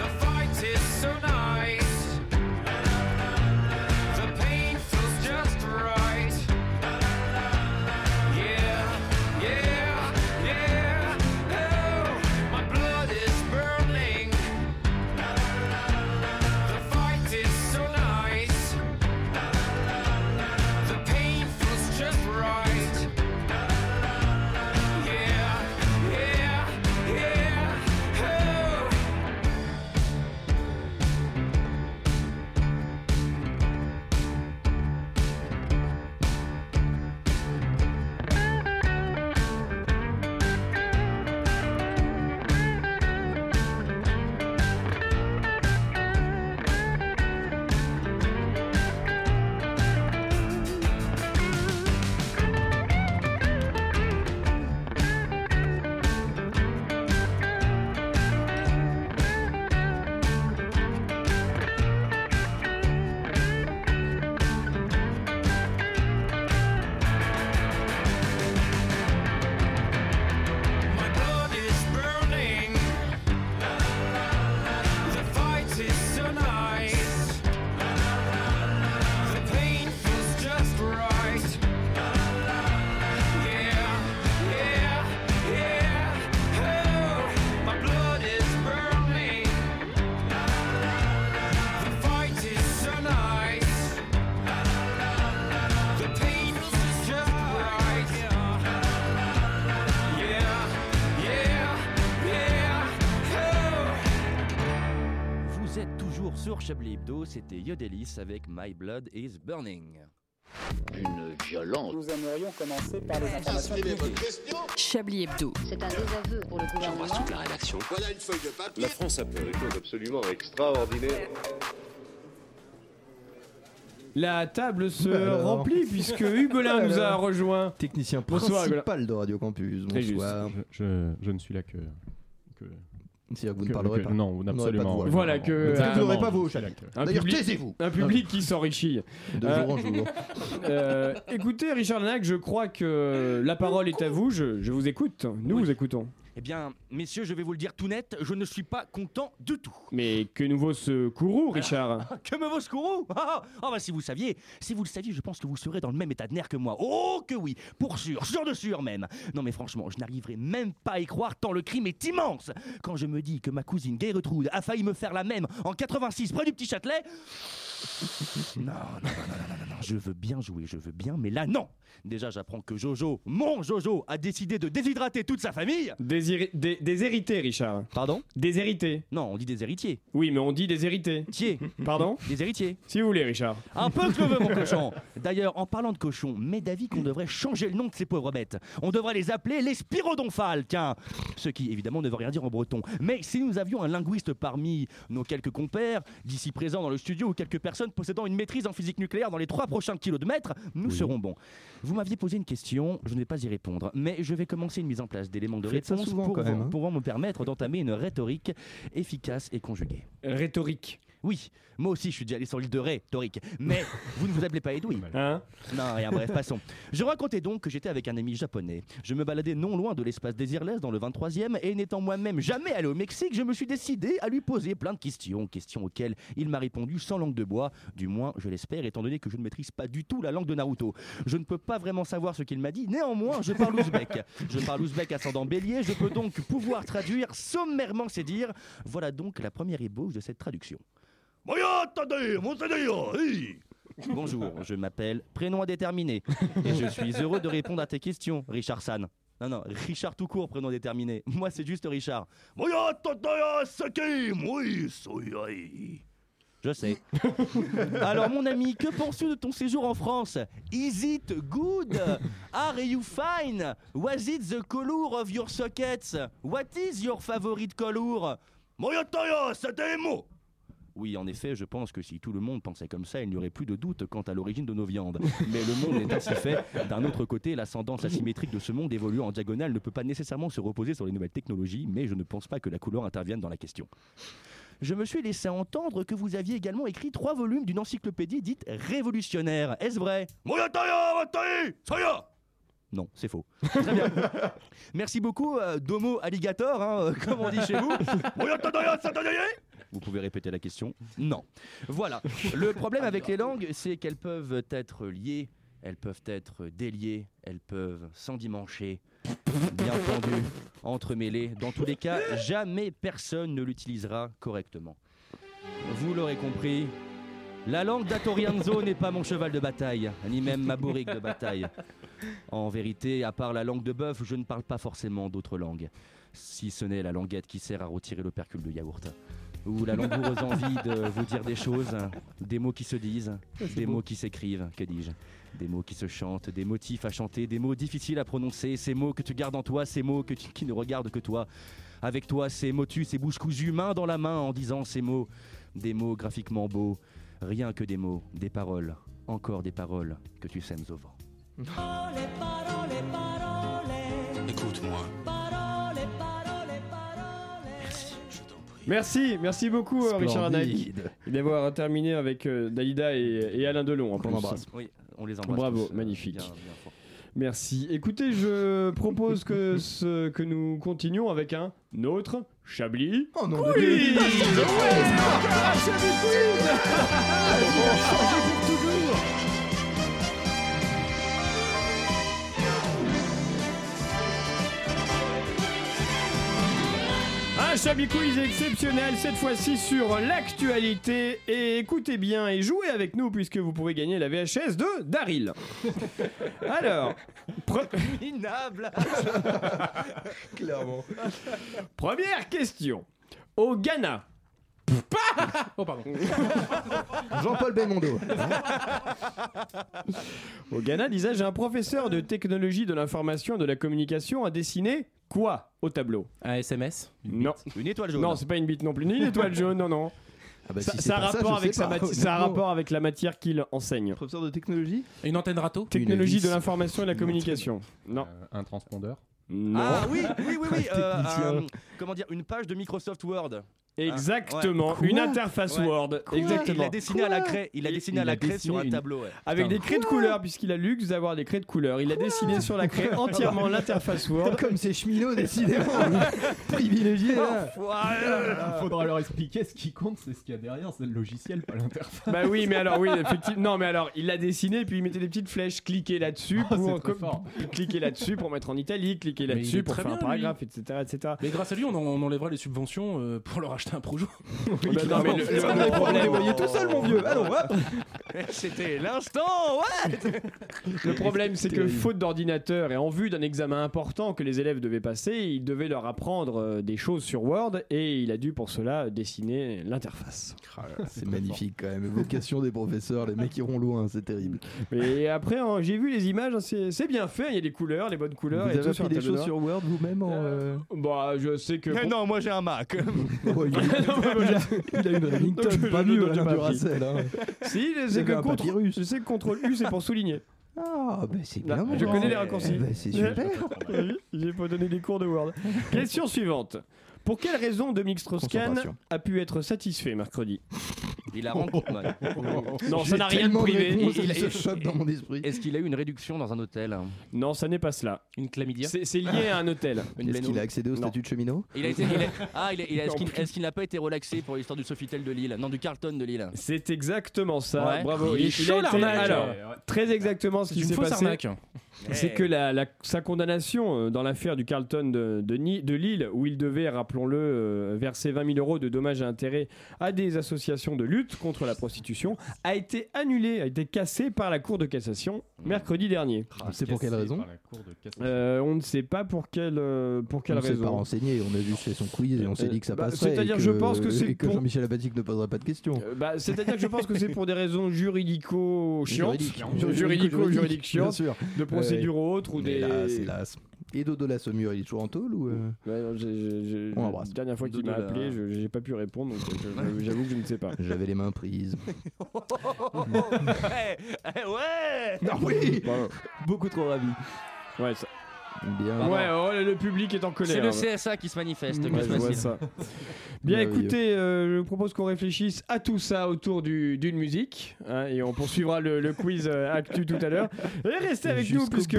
Speaker 16: The fight is so nice. The pain feels just right. Yeah, yeah, yeah. Oh, my blood is burning. The fight is so nice. The pain feels just right. Yeah, yeah, yeah. Oh. My blood is burning. The fight is so nice. The pain feels just right. Yeah, yeah, yeah. Oh, my blood is burning. The fight is so nice. The pain feels just right. Yeah, yeah, yeah. Oh.
Speaker 11: Vous êtes toujours sur Chablis Hebdo, c'était Yodelis avec My Blood is Burning.
Speaker 6: Une violence. Nous aimerions commencer par les
Speaker 8: informations Chablis Hebdo. C'est un désaveu pour le gouvernement.
Speaker 6: toute la rédaction. Voilà une feuille de papier.
Speaker 5: La France a fait des choses absolument extraordinaires.
Speaker 3: La table se
Speaker 10: Bah alors. Bah
Speaker 3: remplit puisque Hugolin nous a
Speaker 10: Alors.
Speaker 3: rejoint.
Speaker 10: Technicien
Speaker 3: Bonsoir,
Speaker 10: principal de Radio Campus.
Speaker 14: Très juste.
Speaker 10: Bonsoir.
Speaker 14: Je, je ne suis là que. que...
Speaker 10: C'est-à-dire que vous ne
Speaker 14: que-
Speaker 10: parlerez
Speaker 14: que-
Speaker 10: pas.
Speaker 14: Non,
Speaker 10: Vous n'aurez
Speaker 14: absolument.
Speaker 10: pas de voix.
Speaker 3: Voilà que.
Speaker 10: Vous
Speaker 3: ah,
Speaker 10: n'aurez
Speaker 3: non,
Speaker 10: pas vos
Speaker 3: je suis
Speaker 10: chapitres.
Speaker 3: d'accord. Un
Speaker 10: D'ailleurs,
Speaker 3: public-
Speaker 10: taisez-vous.
Speaker 3: Un public qui s'enrichit.
Speaker 10: De jour en jour.
Speaker 3: euh, écoutez, Richard Lanac, je crois que la parole est à vous. Je, je vous écoute. Nous vous écoutons.
Speaker 11: Eh bien, messieurs, je vais vous le dire tout net, je ne suis pas content du tout.
Speaker 3: Mais que nous vaut ce courroux, Richard
Speaker 11: Que me vaut ce courroux Ah ah, bah si vous le saviez, si vous le saviez, je pense que vous serez dans le même état de nerfs que moi. Oh que oui, pour sûr, sûr de sûr même. Non mais franchement, je n'arriverai même pas à y croire tant le crime est immense. Quand je me dis que ma cousine Gertrude a failli me faire la même en 86 près du Petit Châtelet, non, non, non, non, non, non, non, je veux bien jouer, je veux bien, mais là non. Déjà, j'apprends que Jojo, mon Jojo, a décidé de déshydrater toute sa famille.
Speaker 3: Désiri- dé- Déshérité, Richard.
Speaker 11: Pardon
Speaker 3: Déshérité.
Speaker 11: Non, on dit des héritiers.
Speaker 3: Oui, mais on dit des héritiers.
Speaker 11: Tiers.
Speaker 3: Pardon
Speaker 11: Des héritiers.
Speaker 3: Si vous voulez, Richard.
Speaker 11: Un peu que veut mon cochon. D'ailleurs, en parlant de cochon, m'est d'avis qu'on devrait changer le nom de ces pauvres bêtes. On devrait les appeler les spirodonphales, tiens. Ce qui, évidemment, ne veut rien dire en breton. Mais si nous avions un linguiste parmi nos quelques compères, d'ici présents dans le studio, ou quelques personnes possédant une maîtrise en physique nucléaire dans les trois prochains kilomètres, nous serons bons. Vous m'aviez posé une question, je ne vais pas y répondre, mais je vais commencer une mise en place d'éléments de
Speaker 10: Faites ça
Speaker 11: réponse
Speaker 10: souvent,
Speaker 11: pour
Speaker 10: quand
Speaker 11: vous-
Speaker 10: même, hein.
Speaker 11: pour me permettre d'entamer une rhétorique efficace et conjuguée.
Speaker 3: Rhétorique
Speaker 11: oui, moi aussi je suis déjà allé sur l'île de Ré, Torique. Mais vous ne vous appelez pas Edoui. non, rien, bref, passons. Je racontais donc que j'étais avec un ami japonais. Je me baladais non loin de l'espace désirless dans le 23e et n'étant moi-même jamais allé au Mexique, je me suis décidé à lui poser plein de questions. Questions auxquelles il m'a répondu sans langue de bois, du moins je l'espère, étant donné que je ne maîtrise pas du tout la langue de Naruto. Je ne peux pas vraiment savoir ce qu'il m'a dit, néanmoins je parle ouzbek. Je parle ouzbek ascendant bélier, je peux donc pouvoir traduire sommairement ces dires. Voilà donc la première ébauche de cette traduction. Voyons, attendez, Bonjour, je m'appelle prénom indéterminé et je suis heureux de répondre à tes questions, Richard San. Non, non, Richard tout court, prénom déterminé. Moi, c'est juste Richard. Je sais. Alors, mon ami, que penses-tu de ton séjour en France Is it good Are you fine Was it the color of your sockets What is your favorite color oui, en effet, je pense que si tout le monde pensait comme ça, il n'y aurait plus de doute quant à l'origine de nos viandes. Mais le monde est ainsi fait. D'un autre côté, l'ascendance asymétrique de ce monde évoluant en diagonale ne peut pas nécessairement se reposer sur les nouvelles technologies, mais je ne pense pas que la couleur intervienne dans la question. Je me suis laissé entendre que vous aviez également écrit trois volumes d'une encyclopédie dite révolutionnaire. Est-ce vrai non, c'est faux. Très bien. Merci beaucoup, euh, Domo Alligator, hein, euh, comme on dit chez vous. Vous pouvez répéter la question Non. Voilà. Le problème avec les langues, c'est qu'elles peuvent être liées, elles peuvent être déliées, elles peuvent s'endimancher, bien entendu, entremêlées. Dans tous les cas, jamais personne ne l'utilisera correctement. Vous l'aurez compris, la langue d'Atorianzo n'est pas mon cheval de bataille, ni même ma bourrique de bataille. En vérité, à part la langue de bœuf, je ne parle pas forcément d'autres langues. Si ce n'est la languette qui sert à retirer le percule de yaourt. Ou la langoureuse envie de vous dire des choses, des mots qui se disent,
Speaker 13: Ouais, c'est
Speaker 11: des
Speaker 13: beau.
Speaker 11: mots qui s'écrivent, que dis-je Des mots qui se chantent, des motifs à chanter, des mots difficiles à prononcer, ces mots que tu gardes en toi, ces mots que tu- qui ne regardent que toi. Avec toi, ces motus, ces bouches cousues, main dans la main en disant ces mots. Des mots graphiquement beaux, rien que des mots, des paroles, encore des paroles que tu sèmes au vent.
Speaker 17: Oh,
Speaker 12: Écoute-moi.
Speaker 3: Merci, merci beaucoup euh, Richard Anaï
Speaker 11: Splendide.
Speaker 3: d'avoir terminé avec euh, Dalida et, et Alain Delon. en
Speaker 11: On
Speaker 3: plus.
Speaker 11: l'embrasse. Oui, on les embrasse.
Speaker 3: Bravo,
Speaker 11: tous, euh,
Speaker 3: magnifique.
Speaker 11: bien- bien fort.
Speaker 3: Merci. Écoutez, je propose que, ce, que nous continuions avec un autre Chablis.
Speaker 10: Oh non,
Speaker 3: oui Un Chablis Quiz exceptionnel, cette fois-ci sur l'actualité. Et écoutez bien et jouez avec nous puisque vous pouvez gagner la VHS de Daryl. Alors, pre-
Speaker 11: Minable
Speaker 10: Clairement.
Speaker 3: première question. Au Ghana,
Speaker 4: Oh, pardon.
Speaker 10: Jean-Paul Belmondo.
Speaker 3: Au Ghana, disais-je, un professeur de technologie de l'information et de la communication a dessiné quoi au tableau
Speaker 4: Un SMS
Speaker 3: Non.
Speaker 11: Une étoile jaune.
Speaker 3: Non, c'est pas une bite non plus, ni une étoile jaune, non, non.
Speaker 10: bah,
Speaker 3: ça,
Speaker 10: si c'est
Speaker 3: ça a
Speaker 10: pas ça,
Speaker 3: rapport
Speaker 10: je
Speaker 3: avec
Speaker 10: sais
Speaker 3: sa
Speaker 10: pas,
Speaker 3: mati- ça a
Speaker 10: honnêtement.
Speaker 3: rapport avec la matière qu'il enseigne.
Speaker 10: Professeur de technologie
Speaker 4: Une antenne râteau
Speaker 3: Technologie
Speaker 4: Une
Speaker 3: de
Speaker 4: vis.
Speaker 3: l'information et la communication. Non.
Speaker 9: Euh,
Speaker 18: un transpondeur
Speaker 3: Non.
Speaker 11: Ah oui, oui, oui, oui. euh,
Speaker 3: technicien.
Speaker 11: un- comment dire, une page de Microsoft Word. Ah,
Speaker 3: Exactement, une interface Word,
Speaker 11: Quoi Il
Speaker 3: exactement.
Speaker 11: l'a dessiné à la craie. Il l'a dessiné à la craie sur un tableau. ouais.
Speaker 3: Avec
Speaker 11: Putain.
Speaker 3: des craies de couleur, puisqu'il a le luxe d'avoir des craies de couleur. Il a dessiné sur la craie entièrement l'interface Word.
Speaker 10: Comme ces cheminots, décidément. Privilégiés, là.
Speaker 9: Il faudra leur expliquer ce qui compte, c'est ce qu'il y a derrière, c'est le logiciel, pas l'interface.
Speaker 3: Bah oui, mais alors oui, effectivement. Non, mais alors il l'a dessiné, puis il mettait des petites flèches, cliquer là-dessus pour
Speaker 4: très
Speaker 3: co- cliquer là-dessus pour mettre en italique, cliquer
Speaker 4: Mais il
Speaker 3: là-dessus
Speaker 4: est
Speaker 3: pour
Speaker 4: très
Speaker 3: faire un
Speaker 4: bien, lui.
Speaker 3: paragraphe, etc., etc.
Speaker 4: Mais grâce à lui, on, en- on enlèvera les subventions euh, pour leur acheter un projo.
Speaker 3: Bah non, mais le- le- le problème- Ah
Speaker 11: C'était l'instant, ouais
Speaker 3: Le problème, c'est que faute d'ordinateur et en vue d'un examen important que les élèves devaient passer, il devait leur apprendre euh, des choses sur Word et il a dû pour cela dessiner l'interface.
Speaker 10: C'est magnifique quand même. Vocation des professeurs, les mecs iront loin, c'est terrible.
Speaker 3: Et après, hein, j'ai vu les images, hein, c'est c'est bien fait, il y a les couleurs, les bonnes
Speaker 10: Vous
Speaker 3: couleurs. et
Speaker 10: avez
Speaker 3: tout sur
Speaker 10: appris
Speaker 3: un
Speaker 10: des
Speaker 3: tableau
Speaker 10: choses
Speaker 3: noir.
Speaker 10: sur Word vous-même en, euh,
Speaker 3: Bah, je sais que.
Speaker 11: Eh Non, moi j'ai un Mac.
Speaker 10: Il a une
Speaker 3: Donc, je-
Speaker 10: Remington, pas
Speaker 3: je-
Speaker 10: mieux,
Speaker 3: je-
Speaker 10: la
Speaker 3: je-
Speaker 10: Duracell. hein.
Speaker 3: Si, je
Speaker 10: Il y
Speaker 3: sais, que
Speaker 10: avait un
Speaker 3: contrôle, je sais que contrôle U, c'est pour souligner.
Speaker 10: Ah, bah c'est
Speaker 3: Là,
Speaker 10: bien. mon
Speaker 3: je
Speaker 10: Jean.
Speaker 3: connais les raccourcis.
Speaker 10: Eh ben, c'est super.
Speaker 3: Oui, J'ai pas donné des cours de Word. Question suivante. Pour quelle raison Dominique Strauss-Kahn
Speaker 11: Concentration.
Speaker 3: a pu être satisfait mercredi
Speaker 11: Il a rencontré. ouais.
Speaker 3: Non, ça n'a rien de privé.
Speaker 11: Il- il-
Speaker 10: mon esprit.
Speaker 11: Est-ce qu'il a eu une réduction dans un hôtel
Speaker 3: Non, ça n'est pas cela.
Speaker 11: Une chlamydia
Speaker 3: C'est c'est lié à un hôtel.
Speaker 10: Est-ce qu'il a accédé au statut de cheminot
Speaker 11: Il a été, il a- ah, il a- il a- est-ce
Speaker 3: Non,
Speaker 11: qu'il
Speaker 3: plus.
Speaker 11: est-ce qu'il n'a pas été relaxé pour l'histoire du Sofitel de Lille Non, du Carlton de Lille.
Speaker 3: C'est exactement ça.
Speaker 11: Ouais.
Speaker 3: Bravo.
Speaker 11: Il est chaud,
Speaker 3: a été-
Speaker 11: l'arnaque.
Speaker 3: Alors,
Speaker 11: Ouais, ouais.
Speaker 3: très exactement
Speaker 11: C'est
Speaker 3: ce qui
Speaker 11: une
Speaker 3: s'est
Speaker 11: fausse
Speaker 3: passé.
Speaker 11: arnaque.
Speaker 3: C'est
Speaker 11: Eh.
Speaker 3: que la- la- sa condamnation euh, dans l'affaire du Carlton de, de, Ni- de Lille, où il devait, rappelons-le, euh, verser 20 000 euros de dommages et intérêts à des associations de lutte contre la prostitution, a été annulée, a été cassée par la Cour de cassation mercredi dernier.
Speaker 10: Ah, C'est pour quelle raison
Speaker 3: Euh, on ne sait pas pour quelle, euh, pour quelle
Speaker 10: on s'est
Speaker 3: raison.
Speaker 10: pas renseigné, on a juste fait son quiz et on s'est
Speaker 3: Euh,
Speaker 10: dit que ça
Speaker 3: bah,
Speaker 10: passerait. et
Speaker 3: c'est-à-dire, je pense que c'est
Speaker 10: et que
Speaker 3: pour-
Speaker 10: Jean-Michel Apathy ne poserait pas de questions.
Speaker 3: Euh, bah, C'est-à-dire que je pense que c'est pour des raisons juridico-chiantes,
Speaker 10: Juridique.
Speaker 3: juridico juridique
Speaker 10: bien
Speaker 3: chiantes,
Speaker 10: sûr.
Speaker 3: de procédures
Speaker 10: Ouais.
Speaker 3: autres ou
Speaker 10: Mais
Speaker 3: des.
Speaker 10: Hélas, hélas. Et Dodo la Saumur, il est toujours en tôle ou euh,
Speaker 3: Ouais, non, j'ai- j'ai- j'ai-
Speaker 10: On
Speaker 3: la
Speaker 10: l'embrasse.
Speaker 3: dernière fois qu'il
Speaker 10: Dodo
Speaker 3: m'a
Speaker 10: la-
Speaker 3: appelé, je- j'ai pas pu répondre, donc euh, je- j'avoue que je ne sais pas.
Speaker 10: J'avais les mains prises.
Speaker 11: Eh, eh, ouais
Speaker 10: oui
Speaker 3: Beaucoup trop ravi. Ouais, ça-
Speaker 10: Bien.
Speaker 3: ouais oh, le public est en colère. hein.
Speaker 11: C'est le CSA qui se manifeste.
Speaker 3: Ouais,
Speaker 11: que se
Speaker 3: je vois
Speaker 11: passe-t-il
Speaker 3: ça. Bien
Speaker 11: Merveilleux.
Speaker 3: écoutez, euh, je vous propose qu'on réfléchisse à tout ça autour du- d'une musique hein, et on poursuivra le, le quiz euh, actu tout à l'heure. Et restez avec nous puisque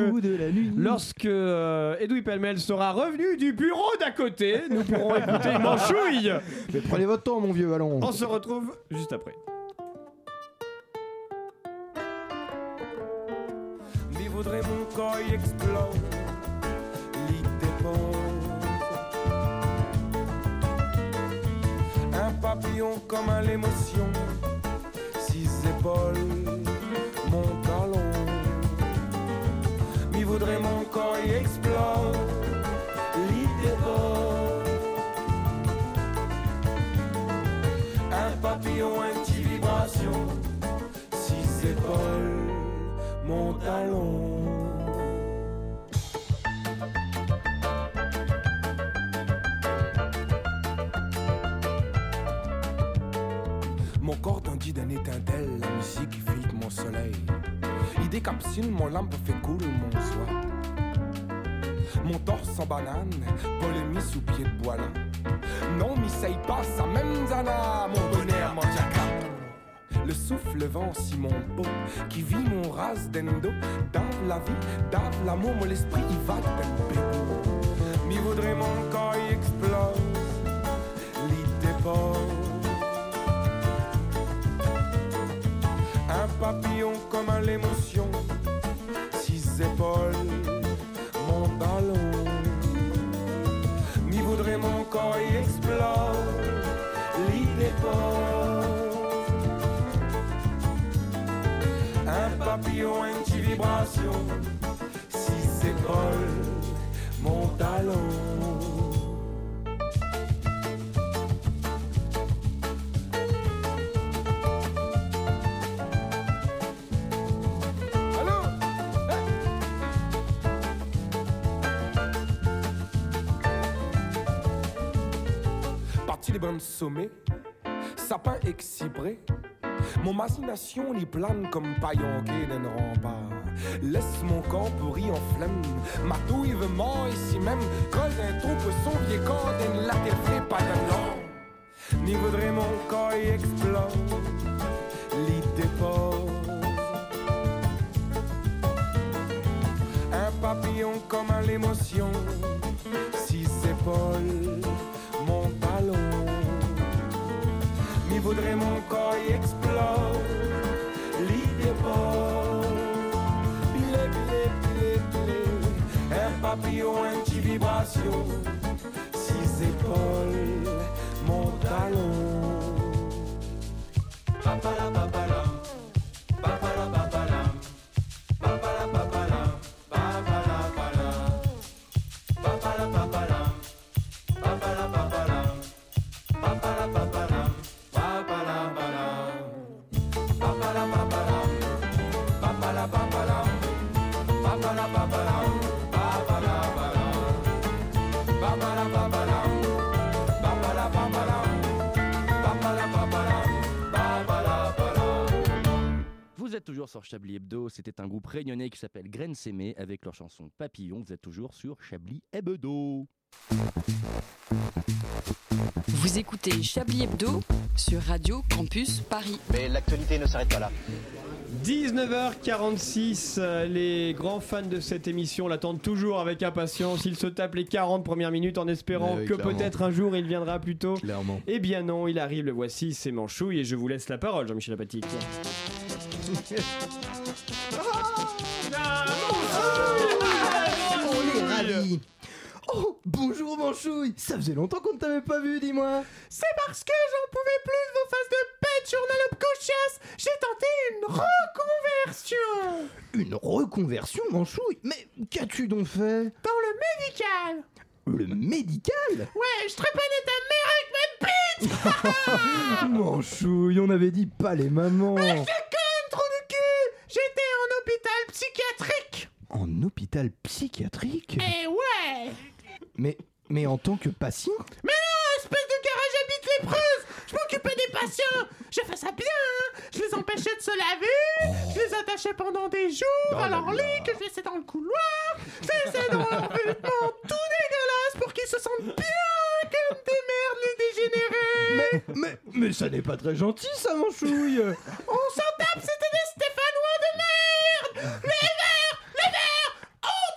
Speaker 3: lorsque euh, Edoui Pelmel sera revenu du bureau d'à côté, nous pourrons écouter Manchouille.
Speaker 10: Mais prenez votre temps, mon vieux ballon.
Speaker 3: On se retrouve juste après.
Speaker 17: Les voudrait mon corps y explose, ligue des pauvres. Un papillon comme à l'émotion, six épaules, mon talon. Mais voudrait mon corps y explose, ligue des pauvres. Un papillon, un petit vibration, six épaules mon talon. Mon corps tendit d'un étincelle, la musique flique mon soleil. Il décapsule mon lampe, fait coule mon soir. Mon torse en banane, polémie sous pied de bois là. Non, m'essaye pas, ça même zana, mon bonheur, mon le souffle vent si mon beau qui vit mon race d'endo Dave la vie, dave l'amour, mon l'esprit il va temper Mi voudrait mon corps il explose L'idée Un papillon comme à l'émotion Six épaules, mon ballon Mi voudrait mon corps il explose L'idée Un papillon, une petite vibration. Si c'est bol, mon talon. libre de sommet, sapin excibré. Mon machination les plane comme paillonqué d'un rempart. Laisse mon corps pourri en flamme, ma douille veut mort ici même. Creuse un trou pour son vieux corps d'un latéré paillonnant. Ni voudrait mon corps y explore, l'idée pas. Un papillon comme à l'émotion Si c'est Paul, mon ballon Mais voudrait mon corps y explore L'idée Paul Blé, blé, blé, blé. Un papillon, un petit vibration Si c'est Paul, mon talon Papala, papalam Papala, papalam Papala, papalam Papala, papalam Papala papalam, papala papalam, papala papalam, papala papalam, papala papalam, papala papalam, papala papalam, papala papalam, papala papalam, papala papalam, papala papalam, papala papalam.
Speaker 11: Vous êtes toujours sur Chablis Hebdo, c'était un groupe réunionnais qui s'appelle Graines Sémées avec leur chanson Papillon, vous êtes toujours sur Chablis Hebdo.
Speaker 8: Vous écoutez Chablis Hebdo sur Radio Campus Paris. Mais l'actualité ne s'arrête pas là.
Speaker 3: 19h46, euh, les grands fans de cette émission l'attendent toujours avec impatience. Ils se tapent les 40 premières minutes en espérant
Speaker 10: Eh oui,
Speaker 3: que
Speaker 10: clairement.
Speaker 3: peut-être un jour il viendra plus tôt.
Speaker 10: Clairement.
Speaker 3: Eh bien non, il arrive, le voici, c'est Manchouille et je vous laisse la parole, Jean-Michel Apatique.
Speaker 10: On est ravis. Oh, bonjour Manchouille Ça faisait longtemps qu'on ne t'avait pas vu, dis-moi
Speaker 2: C'est parce que j'en pouvais plus de vos faces de pète sur Nalop Cochias J'ai tenté une reconversion
Speaker 10: Une reconversion, Manchouille Mais qu'as-tu donc fait
Speaker 2: Dans le médical
Speaker 10: Le médical
Speaker 2: Ouais, je trépannais ta mère avec ma bite
Speaker 10: Manchouille, on avait dit pas les mamans
Speaker 2: Mais Ah, je déconne, trou du cul J'étais en hôpital psychiatrique
Speaker 10: En hôpital psychiatrique
Speaker 2: Eh ouais
Speaker 10: Mais, mais en tant que patient
Speaker 2: Mais non, espèce de garage à bite lépreuse Je m'occupais des patients Je fais ça bien, hein Je les empêchais de se laver, je les attachais pendant des jours
Speaker 10: Oh
Speaker 2: à
Speaker 10: là
Speaker 2: leur
Speaker 10: là.
Speaker 2: lit, que je laissais dans le couloir, je les laissais dans leur vêtement tout dégueulasse pour qu'ils se sentent bien comme des merdes les dégénérés
Speaker 10: Mais, mais, mais ça n'est pas très gentil ça, Manchouille
Speaker 2: On s'en tape, c'était des Stéphanois de merde Les verts Les verts On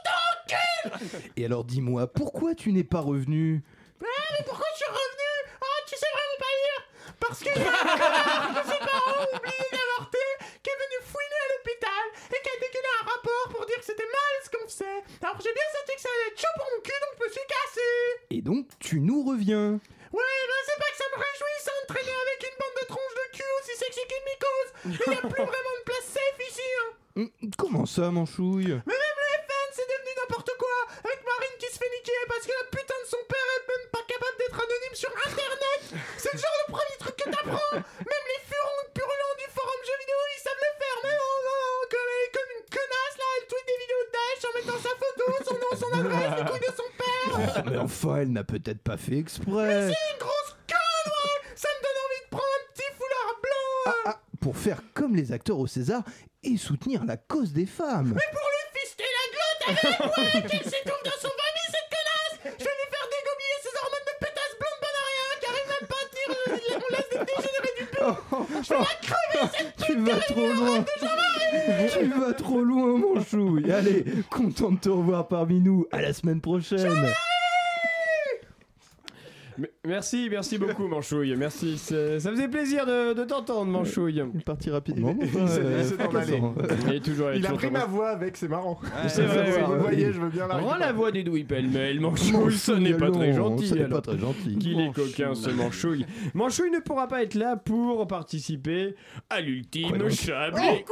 Speaker 2: t'encule
Speaker 10: Et alors dis-moi, pourquoi tu n'es pas revenu
Speaker 2: Ah, mais pourquoi je suis revenu Ah, tu sais vraiment pas lire Parce que j'ai un connard de ses parents oublié d'avorter qui est venu fouiner à l'hôpital et qui a dégueulé un rapport pour dire que c'était mal ce qu'on faisait. Alors j'ai bien senti que ça allait être chaud pour mon cul, donc je me suis cassé.
Speaker 10: Et donc tu nous reviens
Speaker 2: Ouais, ben c'est pas que ça me réjouisse hein, de traîner avec une bande de tronches de cul aussi sexy qu'une mycose, mais y a plus vraiment de place safe ici, hein.
Speaker 10: Hum, Comment ça, Manchouille
Speaker 2: Mais même le FN, c'est devenu n'importe quoi Avec Marine qui se fait niquer parce que la putain de son père est même pas capable d'être anonyme sur Internet C'est le genre de premier truc que t'apprends Même les furons purulents du forum jeux vidéo, ils savent le faire Mais non, non, non, comme elle est comme une connasse, là, elle tweet des vidéos de Daesh en mettant sa photo, son nom, son adresse, les couilles de son père
Speaker 10: Mais enfin, elle n'a peut-être pas fait
Speaker 2: Mais
Speaker 10: exprès
Speaker 2: c'est une grosse conne, ouais Ça me donne envie de prendre un petit foulard blanc hein.
Speaker 10: pour faire comme les acteurs au César et soutenir la cause des femmes.
Speaker 2: Mais pour lui fister la glotte avec Ouais, qu'elle s'étouffe dans son vomi, cette connasse Je vais lui faire dégobiller ses hormones de pétasse blonde banarien qui arrive même pas à tenir le- le- on laisse des dégénérés du père Je vais la crever, cette
Speaker 10: Tu vas trop loin. Tu vas trop loin, mon chouille. Allez, content de te revoir parmi nous. À la semaine prochaine.
Speaker 3: M- Merci, merci beaucoup Manchouille, merci. c'est- Ça faisait plaisir de, de t'entendre Manchouille. Une
Speaker 10: partie rapidement.
Speaker 3: euh,
Speaker 9: Il s'est en allé.
Speaker 3: Il est toujours
Speaker 9: Il a pris ma voix avec, c'est marrant.
Speaker 3: C'est vrai,
Speaker 9: Vous
Speaker 3: ouais. Oh
Speaker 9: voyez, je veux bien la
Speaker 3: Rends la voix des douilles pêle-mêle,
Speaker 9: Manchouille,
Speaker 3: Manchouille, ce n'est pas très
Speaker 10: allons,
Speaker 3: gentil.
Speaker 10: ce n'est
Speaker 3: alors.
Speaker 10: pas très gentil.
Speaker 3: Qu'il est coquin, ce Manchouille. Manchouille ne pourra pas être là pour participer à l'ultime Chablis.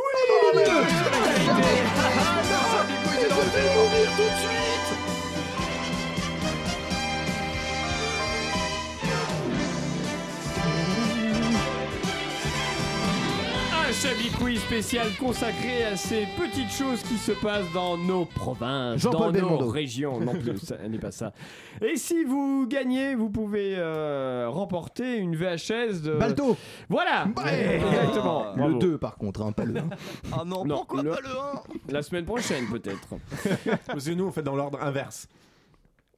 Speaker 3: Un Chablis Quiz quiz spécial consacré à ces petites choses qui se passent dans nos provinces, dans
Speaker 19: Jean-Paul
Speaker 3: nos
Speaker 19: Belmondo.
Speaker 3: régions. Non plus, ça n'est pas ça. Et si vous gagnez, vous pouvez euh, remporter une VHS de
Speaker 10: Balto.
Speaker 3: Voilà. Exactement.
Speaker 10: Le
Speaker 3: Bravo.
Speaker 10: 2 par contre, hein, pas le 1.
Speaker 11: Ah non,
Speaker 3: pourquoi pas le 1 La semaine prochaine peut-être.
Speaker 9: Parce que nous, on fait dans l'ordre inverse.